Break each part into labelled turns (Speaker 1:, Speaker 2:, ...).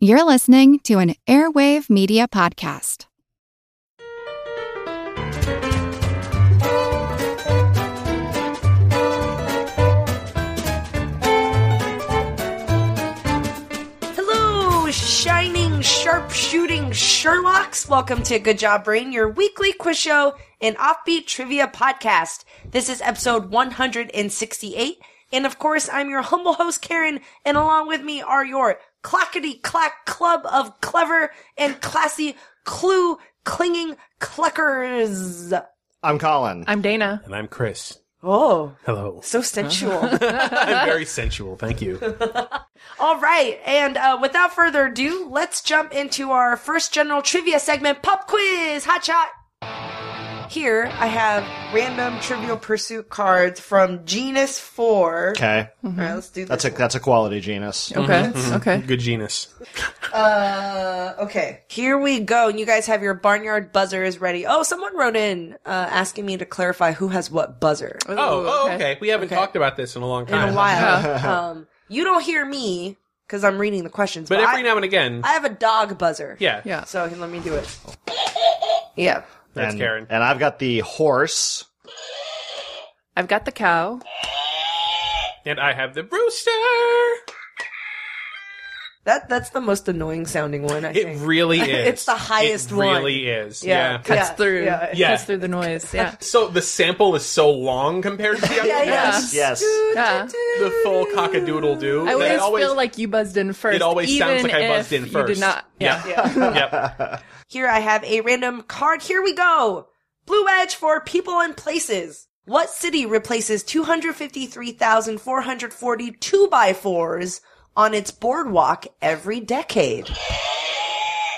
Speaker 1: You're listening to an Airwave Media Podcast.
Speaker 2: Hello, shining, sharp shooting Sherlocks. Welcome to Good Job Brain, your weekly quiz show and offbeat trivia podcast. This is episode 168. And of course, I'm your humble host, Karen, and along with me are your clackety clack club of clever and classy clue clinging cluckers.
Speaker 3: I'm Colin.
Speaker 4: I'm Dana.
Speaker 5: And I'm Chris.
Speaker 2: Oh,
Speaker 5: Hello.
Speaker 2: so sensual.
Speaker 5: I'm very sensual. Thank you.
Speaker 2: All right, and uh, without further ado, let's jump into our first general trivia segment pop quiz hot shot. Here I have random trivial pursuit cards from genus 4.
Speaker 3: Okay,
Speaker 2: All right, let's do this.
Speaker 3: that's a that's a quality genus.
Speaker 4: Okay. Okay.
Speaker 5: Good genus.
Speaker 2: Uh, okay. Here we go. And you guys have your barnyard buzzers ready. Oh, someone wrote in uh, asking me to clarify who has what buzzer.
Speaker 4: Ooh,
Speaker 5: Oh, oh, okay. We haven't talked about this in a long time.
Speaker 2: In a while. um, you don't hear me because I'm reading the questions,
Speaker 5: But
Speaker 2: but,
Speaker 5: every
Speaker 2: I,
Speaker 5: now and again.
Speaker 2: I have a dog buzzer.
Speaker 5: yeah.
Speaker 4: Yeah.
Speaker 2: So here, let me do it. Yeah.
Speaker 5: That's
Speaker 3: and,
Speaker 5: Karen.
Speaker 3: And I've got the horse.
Speaker 4: I've got the cow.
Speaker 5: And I have the Brewster.
Speaker 2: That that's the most annoying sounding one. I
Speaker 5: It
Speaker 2: think.
Speaker 5: really is.
Speaker 2: It's the highest
Speaker 5: it
Speaker 2: one.
Speaker 5: really is. Yeah.
Speaker 4: Cuts
Speaker 2: Yeah,
Speaker 4: through.
Speaker 2: yeah,
Speaker 4: it
Speaker 5: yeah.
Speaker 4: Cuts through the noise. Yeah.
Speaker 5: So the sample is so long compared to the other
Speaker 2: Yeah,
Speaker 5: one.
Speaker 2: yeah.
Speaker 4: Yes.
Speaker 3: Yes.
Speaker 4: Yeah.
Speaker 5: The full cockadoodle do.
Speaker 4: I always, feel like you buzzed in first.
Speaker 5: it always sounds
Speaker 4: even
Speaker 5: like I buzzed
Speaker 4: if
Speaker 5: in
Speaker 4: You
Speaker 5: first.
Speaker 4: did not. Yeah.
Speaker 5: yep.
Speaker 2: Here I have a random card. Here we go. Blue Edge for people and places. What city replaces 253,440 2x4s on its boardwalk every decade?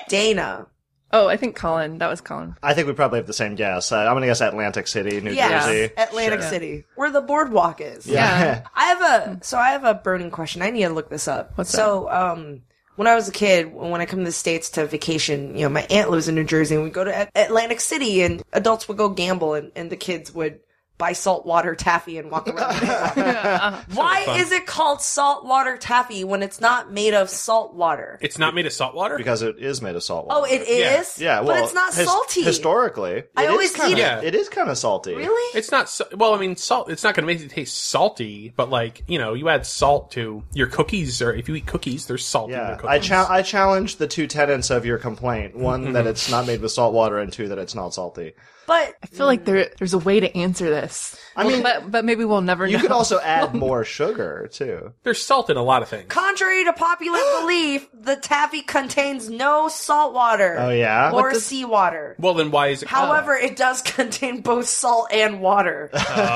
Speaker 2: Dana.
Speaker 4: Oh, I think Colin. That was Colin.
Speaker 3: I think we probably have the same guess. Uh, I'm gonna guess Atlantic City, New
Speaker 2: Yes.
Speaker 3: Jersey.
Speaker 2: Atlantic City, where the boardwalk is.
Speaker 4: Yeah.
Speaker 2: I have a so I have a burning question. I need to look this up.
Speaker 4: What's
Speaker 2: so um when I was a kid, when I come to the states to vacation, you know, my aunt lives in New Jersey, and we'd go to At- Atlantic City, and adults would go gamble, and, and the kids would buy saltwater taffy and walk around. the boardwalk. Why is it called saltwater taffy when it's not made of salt water?
Speaker 5: It's not made of salt water.
Speaker 3: because it is made of salt water.
Speaker 2: oh, it
Speaker 5: Yeah.
Speaker 2: is.
Speaker 3: yeah. Well,
Speaker 2: but it's not
Speaker 3: his-
Speaker 2: salty.
Speaker 3: Historically,
Speaker 2: I
Speaker 3: it is
Speaker 2: always
Speaker 3: kinda,
Speaker 2: eat
Speaker 5: it.
Speaker 3: It is kind of salty.
Speaker 2: really?
Speaker 5: It's not sa- well. I mean, salt. It's not going to make it taste salty, but like you know, you add salt to your cookies, or if you eat cookies, there's salt in your
Speaker 3: Yeah.
Speaker 5: cookies.
Speaker 3: I cha- I challenge the two tenets of your complaint: one that it's not made with salt water, and two that it's not salty.
Speaker 2: but
Speaker 4: I feel like there there's a way to answer this.
Speaker 3: I
Speaker 4: Well,
Speaker 3: mean-
Speaker 4: but but maybe we'll never
Speaker 3: You
Speaker 4: know.
Speaker 3: could also add more sugar too.
Speaker 5: There's salt in a lot of things.
Speaker 2: Contrary to popular belief, the taffy contains no salt water.
Speaker 3: Oh, yeah?
Speaker 2: Or
Speaker 4: What does-
Speaker 2: seawater.
Speaker 5: Well, then why
Speaker 4: Oh.
Speaker 5: is it? called-
Speaker 2: However, it does contain both salt and water.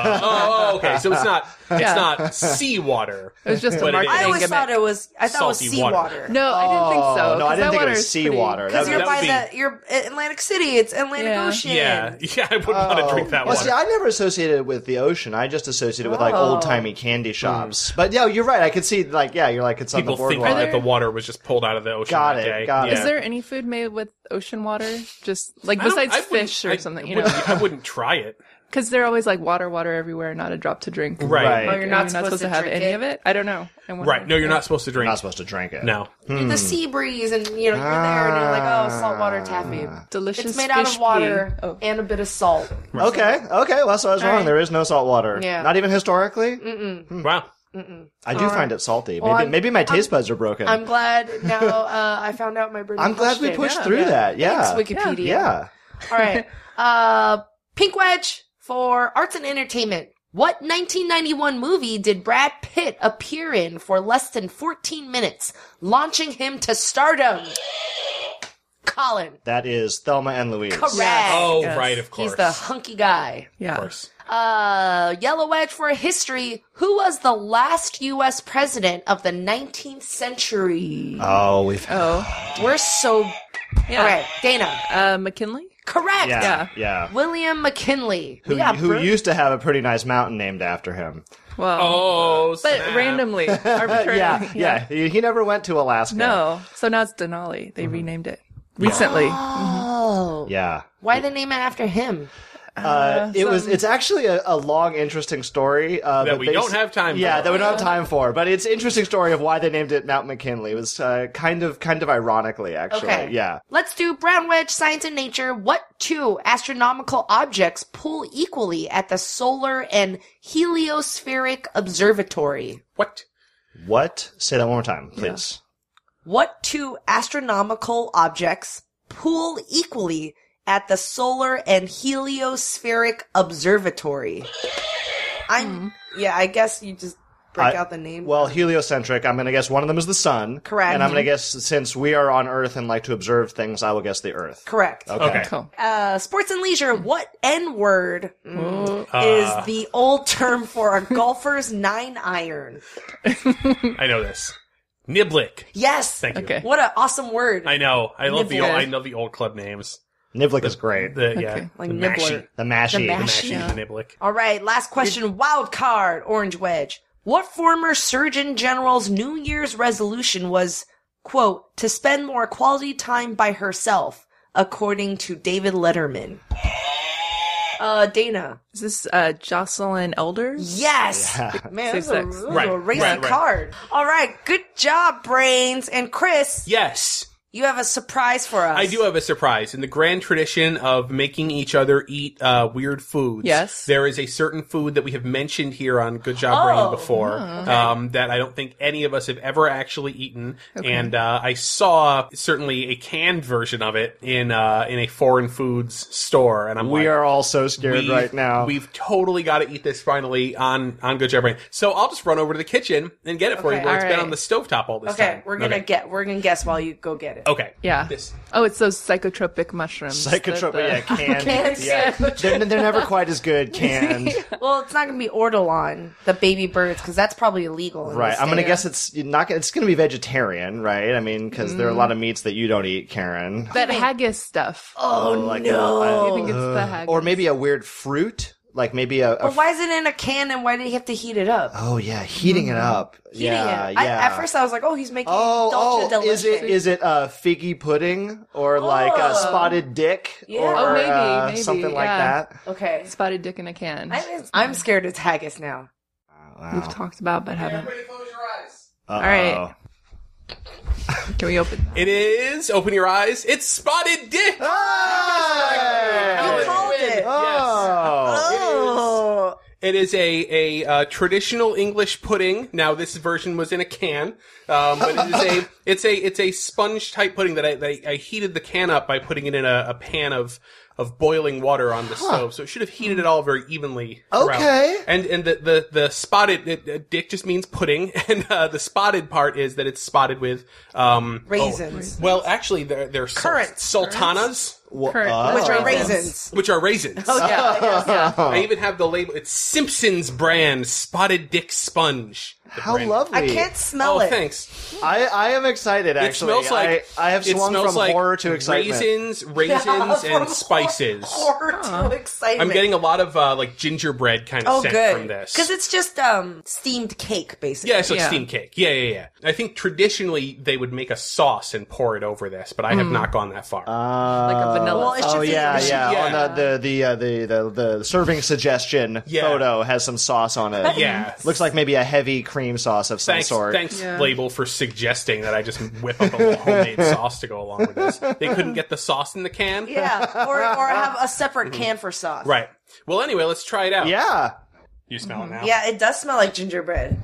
Speaker 5: oh, okay. So it's not. It's
Speaker 4: Yeah.
Speaker 5: not seawater.
Speaker 4: it was just a
Speaker 5: But it is.
Speaker 4: marketing
Speaker 2: I always
Speaker 4: gimmick.
Speaker 2: thought it was. I thought it was
Speaker 5: Salty water.
Speaker 2: seawater.
Speaker 4: no, I didn't think so.
Speaker 3: Oh, no, I
Speaker 4: 'cause
Speaker 3: didn't
Speaker 4: that
Speaker 3: think it
Speaker 4: water
Speaker 3: was
Speaker 4: is pretty-
Speaker 3: seawater. That
Speaker 2: because
Speaker 3: would-
Speaker 2: you're
Speaker 5: that
Speaker 2: by
Speaker 5: would
Speaker 2: the you're at Atlantic City. It's Atlantic
Speaker 4: Yeah.
Speaker 2: Ocean.
Speaker 5: Yeah, yeah. I would want to drink that
Speaker 3: Oh. well,
Speaker 5: water.
Speaker 3: see, I never associated it with the ocean. I just associated it with like
Speaker 2: Oh. Mm. old
Speaker 3: old timey candy shops. But yeah, you're right. I could see like yeah, you're like it's
Speaker 5: People
Speaker 3: on the
Speaker 5: think
Speaker 3: boardwalk.
Speaker 5: that the water was just pulled out of the ocean.
Speaker 3: Got
Speaker 5: that
Speaker 3: it,
Speaker 5: day.
Speaker 3: got it.
Speaker 5: yeah.
Speaker 4: Is there any food made with ocean water? Just like
Speaker 5: I don't-
Speaker 4: besides
Speaker 5: I wouldn't-
Speaker 4: fish or
Speaker 5: I
Speaker 4: something, you know?
Speaker 5: wouldn't- I wouldn't try it.
Speaker 4: Because they're always like water, water everywhere, not a drop to drink.
Speaker 5: Right.
Speaker 3: Right.
Speaker 4: Oh,
Speaker 3: You're
Speaker 4: you're
Speaker 2: not
Speaker 4: not, supposed, to, have
Speaker 2: drink
Speaker 4: any
Speaker 2: it.
Speaker 4: of it? I don't know. I wonder.
Speaker 5: Right? No, you're not supposed to drink.
Speaker 3: not supposed to drink it.
Speaker 5: No.
Speaker 3: Hmm.
Speaker 2: the sea breeze, and you know you're there, and you're like, oh, saltwater
Speaker 3: Ah.
Speaker 2: taffy.
Speaker 4: Delicious.
Speaker 2: It's made out
Speaker 4: fish
Speaker 2: of water
Speaker 4: pee. Oh.
Speaker 2: and a bit of salt.
Speaker 3: Okay. Okay. Well, so I was wrong.
Speaker 2: right.
Speaker 3: There is no salt water.
Speaker 2: Yeah.
Speaker 3: Not even historically.
Speaker 5: Wow.
Speaker 3: I do find it salty.
Speaker 2: Well,
Speaker 3: maybe
Speaker 2: I'm-
Speaker 3: maybe my taste buds are broken.
Speaker 2: I'm
Speaker 3: I'm,
Speaker 2: glad now. Uh, I found out my. burning
Speaker 3: glad we
Speaker 2: question.
Speaker 3: pushed
Speaker 4: yeah,
Speaker 3: through
Speaker 4: yeah.
Speaker 3: that. Yeah.
Speaker 2: Thanks, Wikipedia.
Speaker 3: yeah.
Speaker 2: All right. Uh, Pink Wedge for arts and entertainment. What 1991 movie did Brad Pitt appear in for less than 14 minutes, launching him to stardom? Colin.
Speaker 3: That is Thelma and Louise.
Speaker 2: Correct.
Speaker 5: Oh,
Speaker 4: Yes.
Speaker 5: right. Of course.
Speaker 2: He's the hunky guy.
Speaker 4: Yeah.
Speaker 5: Of course.
Speaker 2: Uh, Yellow Wedge for history. Who was the last U.S. president of the 19th century?
Speaker 3: Oh, we've.
Speaker 4: Oh.
Speaker 2: We're so.
Speaker 4: Yeah.
Speaker 2: All right, Dana.
Speaker 4: Uh, McKinley.
Speaker 2: Correct.
Speaker 3: Yeah. Yeah.
Speaker 2: William McKinley.
Speaker 3: Who,
Speaker 2: We got
Speaker 3: who
Speaker 2: Bert-
Speaker 3: used to have a pretty nice mountain named after him?
Speaker 4: Well.
Speaker 5: Oh,
Speaker 4: But
Speaker 5: snap.
Speaker 4: randomly, arbitrarily.
Speaker 3: Yeah, yeah. He, he never went to Alaska.
Speaker 4: No. So now it's Denali. They renamed it recently.
Speaker 2: Oh.
Speaker 3: Yeah.
Speaker 2: Why they name it after him?
Speaker 3: Uh, it was.
Speaker 4: some-
Speaker 3: It's actually a, a long, interesting story uh,
Speaker 5: That
Speaker 3: but
Speaker 5: we
Speaker 3: basi-
Speaker 5: don't have time
Speaker 3: Yeah,
Speaker 5: for.
Speaker 3: that we don't have time for. But it's an interesting story of why they named it Mount McKinley. It was uh, kind of, kind of ironically, actually.
Speaker 2: Okay.
Speaker 3: Yeah.
Speaker 2: Let's do Brown Wedge, Science and Nature. What two astronomical objects pull equally at the Solar and Heliospheric Observatory?
Speaker 5: What?
Speaker 3: What? Say that one more time, please.
Speaker 2: What two astronomical objects pull equally at the Solar and Heliospheric Observatory? I'm, yeah, I guess you just break
Speaker 3: Hmm. I-
Speaker 2: out the name.
Speaker 3: Well, heliocentric. I'm going to guess one of them is the sun.
Speaker 2: Correct. Mm-hmm.
Speaker 3: And I'm going to guess since we are on Earth and like to observe things, I will guess the Earth.
Speaker 2: Correct.
Speaker 5: Okay.
Speaker 4: Cool.
Speaker 2: Uh, sports and
Speaker 5: Hmm.
Speaker 2: leisure, what N word
Speaker 5: Uh.
Speaker 2: is the old term for a golfer's nine iron?
Speaker 5: I know this. Niblick.
Speaker 2: Yes.
Speaker 5: Thank you.
Speaker 4: Okay.
Speaker 2: What an awesome word.
Speaker 5: I know. I love the old,
Speaker 4: Niblick.
Speaker 5: I love the old club names.
Speaker 3: Niblick is great.
Speaker 5: The yeah.
Speaker 4: Okay.
Speaker 2: Like
Speaker 5: the
Speaker 2: nibbler.
Speaker 5: mashy.
Speaker 3: The mashie.
Speaker 2: The
Speaker 5: The
Speaker 2: mash-
Speaker 5: mashy.
Speaker 2: Yeah.
Speaker 5: The niblick.
Speaker 2: All right, last question. Wild card, Orange Wedge. What former Surgeon General's New Year's resolution was, quote, to spend more quality time by herself, according to David Letterman? Uh, Dana.
Speaker 4: Is this uh, Jocelyn Elders?
Speaker 2: Yes! Man, this is a,
Speaker 4: Same sex.
Speaker 2: this is
Speaker 5: Right,
Speaker 2: a racy
Speaker 5: right, right.
Speaker 2: card. All right, good job, Brains. And Chris,
Speaker 5: Yes.
Speaker 2: you have a surprise for us.
Speaker 5: I do have a surprise. In the grand tradition of making each other eat uh, weird foods,
Speaker 4: Yes.
Speaker 5: there is a certain food that we have mentioned here on Good Job Brain
Speaker 2: Oh,
Speaker 5: before um, that I don't think any of us have ever actually eaten. And uh, I saw certainly a canned version of it in uh, in a foreign foods store, and I'm
Speaker 3: we
Speaker 5: like,
Speaker 3: are all so scared
Speaker 5: we've-
Speaker 3: right now.
Speaker 5: We've totally got to eat this finally on on Good Job Brain. So I'll just run over to the kitchen and get it for
Speaker 2: Okay,
Speaker 5: you. Where it's
Speaker 4: all
Speaker 5: been
Speaker 4: right.
Speaker 5: on the stovetop all this
Speaker 2: Okay,
Speaker 5: time.
Speaker 2: we're gonna
Speaker 5: okay.
Speaker 2: get, we're gonna guess while you go get it.
Speaker 5: Okay.
Speaker 4: Yeah.
Speaker 5: This.
Speaker 4: Oh, it's those psychotropic mushrooms. that
Speaker 3: Psychotropic,
Speaker 4: the-
Speaker 3: yeah, canned.
Speaker 2: Canned
Speaker 3: yeah. They're, they're never quite as good canned.
Speaker 2: Well, it's not gonna be Ortolan, the baby birds, because that's probably illegal. in
Speaker 3: Right.
Speaker 2: this
Speaker 3: I'm gonna
Speaker 2: state.
Speaker 3: guess it's you're not. gonna- It's gonna be vegetarian, right? I mean, because there are a lot
Speaker 2: Mm.
Speaker 3: of meats that you don't eat, Karen.
Speaker 4: That haggis stuff.
Speaker 2: Oh,
Speaker 3: like, uh,
Speaker 2: no!
Speaker 4: I think it's the haggis.
Speaker 3: Or maybe a weird fruit, like maybe a. a
Speaker 2: but why is it in a can, and why did he have to heat it up?
Speaker 3: oh yeah, heating it up.
Speaker 2: Mm-hmm. Heating
Speaker 3: yeah,
Speaker 2: it.
Speaker 3: yeah.
Speaker 2: I, at first, I was like, "Oh, he's making
Speaker 3: Oh,
Speaker 2: dolce
Speaker 3: oh, is it
Speaker 2: delicious.
Speaker 3: is it a figgy pudding or like a
Speaker 2: Oh.
Speaker 3: spotted dick
Speaker 2: Yeah.
Speaker 3: or
Speaker 2: Oh,
Speaker 4: maybe,
Speaker 3: uh,
Speaker 4: maybe,
Speaker 3: something like
Speaker 4: yeah.
Speaker 3: that?
Speaker 2: okay.
Speaker 4: Spotted dick in a can.
Speaker 2: I'm, I'm scared it's haggis now.
Speaker 4: We've talked about but haven't.
Speaker 3: All
Speaker 4: right. Can we open
Speaker 5: It is. Open your eyes. It's spotted dick.
Speaker 2: You called it.
Speaker 3: Oh.
Speaker 2: Oh,
Speaker 5: It is a a uh, traditional English pudding. Now this version was in a can, um, but it is a it's a it's a sponge type pudding that I, that I I heated the can up by putting it in a, a pan of of boiling water on the stove. So it should have heated it all very evenly. throughout.
Speaker 3: Okay.
Speaker 5: And and the the, the spotted it, uh, dick just means pudding, and uh, the spotted part is that it's spotted with um oh,
Speaker 2: Raisins.
Speaker 5: well, actually, they're they're sul-
Speaker 2: Currants.
Speaker 5: sultanas.
Speaker 3: Wha-
Speaker 4: Current-
Speaker 3: oh.
Speaker 2: which are
Speaker 4: Oh.
Speaker 2: raisins.
Speaker 5: Which are raisins.
Speaker 2: Oh yeah, yes, yeah.
Speaker 5: I even have the label. It's Simpson's brand Spotted Dick Sponge. The
Speaker 3: How
Speaker 5: brand.
Speaker 3: lovely!
Speaker 2: I can't smell
Speaker 5: Oh,
Speaker 2: it.
Speaker 5: thanks.
Speaker 3: I, I am excited.
Speaker 5: it
Speaker 3: Actually,
Speaker 5: smells like
Speaker 3: I, I have
Speaker 5: it
Speaker 3: swung
Speaker 5: smells
Speaker 3: from
Speaker 5: like
Speaker 3: horror to excitement.
Speaker 5: Raisins, raisins, and spices.
Speaker 2: Horror to excitement.
Speaker 5: I'm getting a lot of uh, like gingerbread kind of
Speaker 2: oh
Speaker 5: scent
Speaker 2: good
Speaker 5: from this.
Speaker 2: because it's just um steamed cake basically.
Speaker 5: yeah, it's like
Speaker 4: Yeah.
Speaker 5: steamed cake. Yeah, yeah, yeah. I think traditionally they would make a sauce and pour it over this, but I have not gone that far.
Speaker 4: like a vanilla?
Speaker 2: Well, it's
Speaker 4: sauce?
Speaker 3: Oh
Speaker 2: just
Speaker 3: yeah,
Speaker 2: in-
Speaker 3: yeah.
Speaker 5: Yeah.
Speaker 3: On the the the, uh, the the the serving suggestion
Speaker 5: Yeah.
Speaker 3: photo has some sauce on it.
Speaker 5: yeah.
Speaker 3: looks like maybe a heavy cream sauce of some
Speaker 5: Thanks,
Speaker 3: sort.
Speaker 5: thanks
Speaker 4: Yeah.
Speaker 5: label for suggesting that I just whip up a homemade sauce to go along with this. They couldn't get the sauce in the can,
Speaker 2: Yeah, or or have a separate can for sauce.
Speaker 5: Mm-hmm. right? Well, anyway, let's try it out.
Speaker 3: Yeah.
Speaker 5: you smell it now.
Speaker 2: Yeah, it does smell like gingerbread.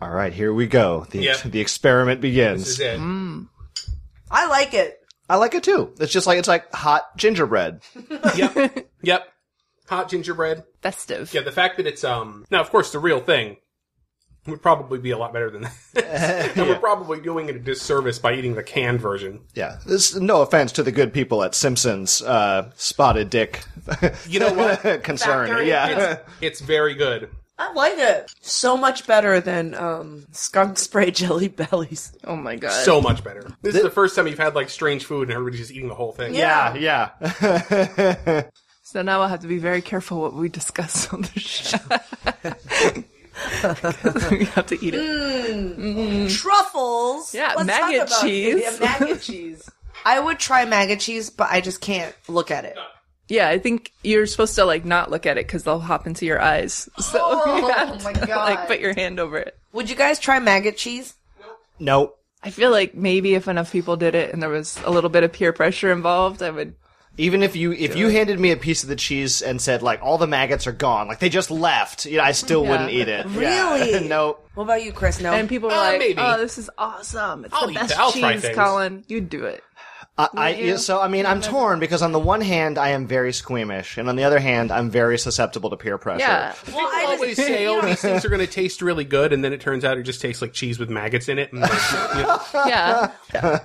Speaker 3: All right, here we go. The
Speaker 5: Yep.
Speaker 3: the experiment
Speaker 5: This is
Speaker 3: begins.
Speaker 5: it.
Speaker 2: I like it.
Speaker 3: I like it too. It's just like it's like hot gingerbread.
Speaker 5: yep. Yep. Hot gingerbread.
Speaker 4: festive.
Speaker 5: Yeah, the fact that it's um now of course the real thing would probably be a lot better than that. and we're probably doing it a disservice by eating the canned version.
Speaker 3: Yeah. This no offense to the good people at Simpsons uh, spotted dick
Speaker 5: You know what?
Speaker 3: concern.
Speaker 2: Factory.
Speaker 3: Yeah.
Speaker 5: it's very good.
Speaker 2: I like it. So much better than um skunk spray jelly bellies.
Speaker 4: Oh my god.
Speaker 5: So much better. This is the first time you've had like strange food and everybody's just eating the whole thing.
Speaker 3: Yeah, Ah, yeah.
Speaker 4: So now I'll have to be very careful what we discuss on the show. 'Cause we have to eat it.
Speaker 2: Truffles.
Speaker 4: Yeah,
Speaker 2: Let's
Speaker 4: maggot
Speaker 2: talk about-
Speaker 4: cheese.
Speaker 2: Yeah, maggot cheese. I would try maggot cheese, but I just can't look at it.
Speaker 4: Yeah, I think you're supposed to like not look at it because they'll hop into your eyes. So you
Speaker 2: Oh,
Speaker 4: have
Speaker 2: my
Speaker 4: to,
Speaker 2: God.
Speaker 4: like put your hand over it.
Speaker 2: Would you guys try maggot cheese?
Speaker 3: Nope.
Speaker 4: I feel like maybe if enough people did it and there was a little bit of peer pressure involved, I would.
Speaker 3: Even if you if you handed me a piece of the cheese and said like all the maggots are gone, like they just left, you know, I still wouldn't eat it.
Speaker 2: Really?
Speaker 3: nope.
Speaker 2: What about you, Chris? No.
Speaker 4: And people were
Speaker 5: Uh,
Speaker 4: like,
Speaker 5: maybe.
Speaker 4: "Oh, this is awesome! It's
Speaker 5: I'll
Speaker 4: the
Speaker 5: eat
Speaker 4: best
Speaker 5: that. I'll try
Speaker 4: cheese,
Speaker 5: things.
Speaker 4: Colin. You'd do it."
Speaker 3: I, I yeah, so I mean I'm torn because on the one hand I am very squeamish and on the other hand I'm very susceptible to peer pressure.
Speaker 4: Yeah.
Speaker 5: People
Speaker 2: I just-
Speaker 5: always say, "Oh, these things are going to taste really good," and then it turns out it just tastes like cheese with maggots in it. And like, you know,
Speaker 4: Yeah.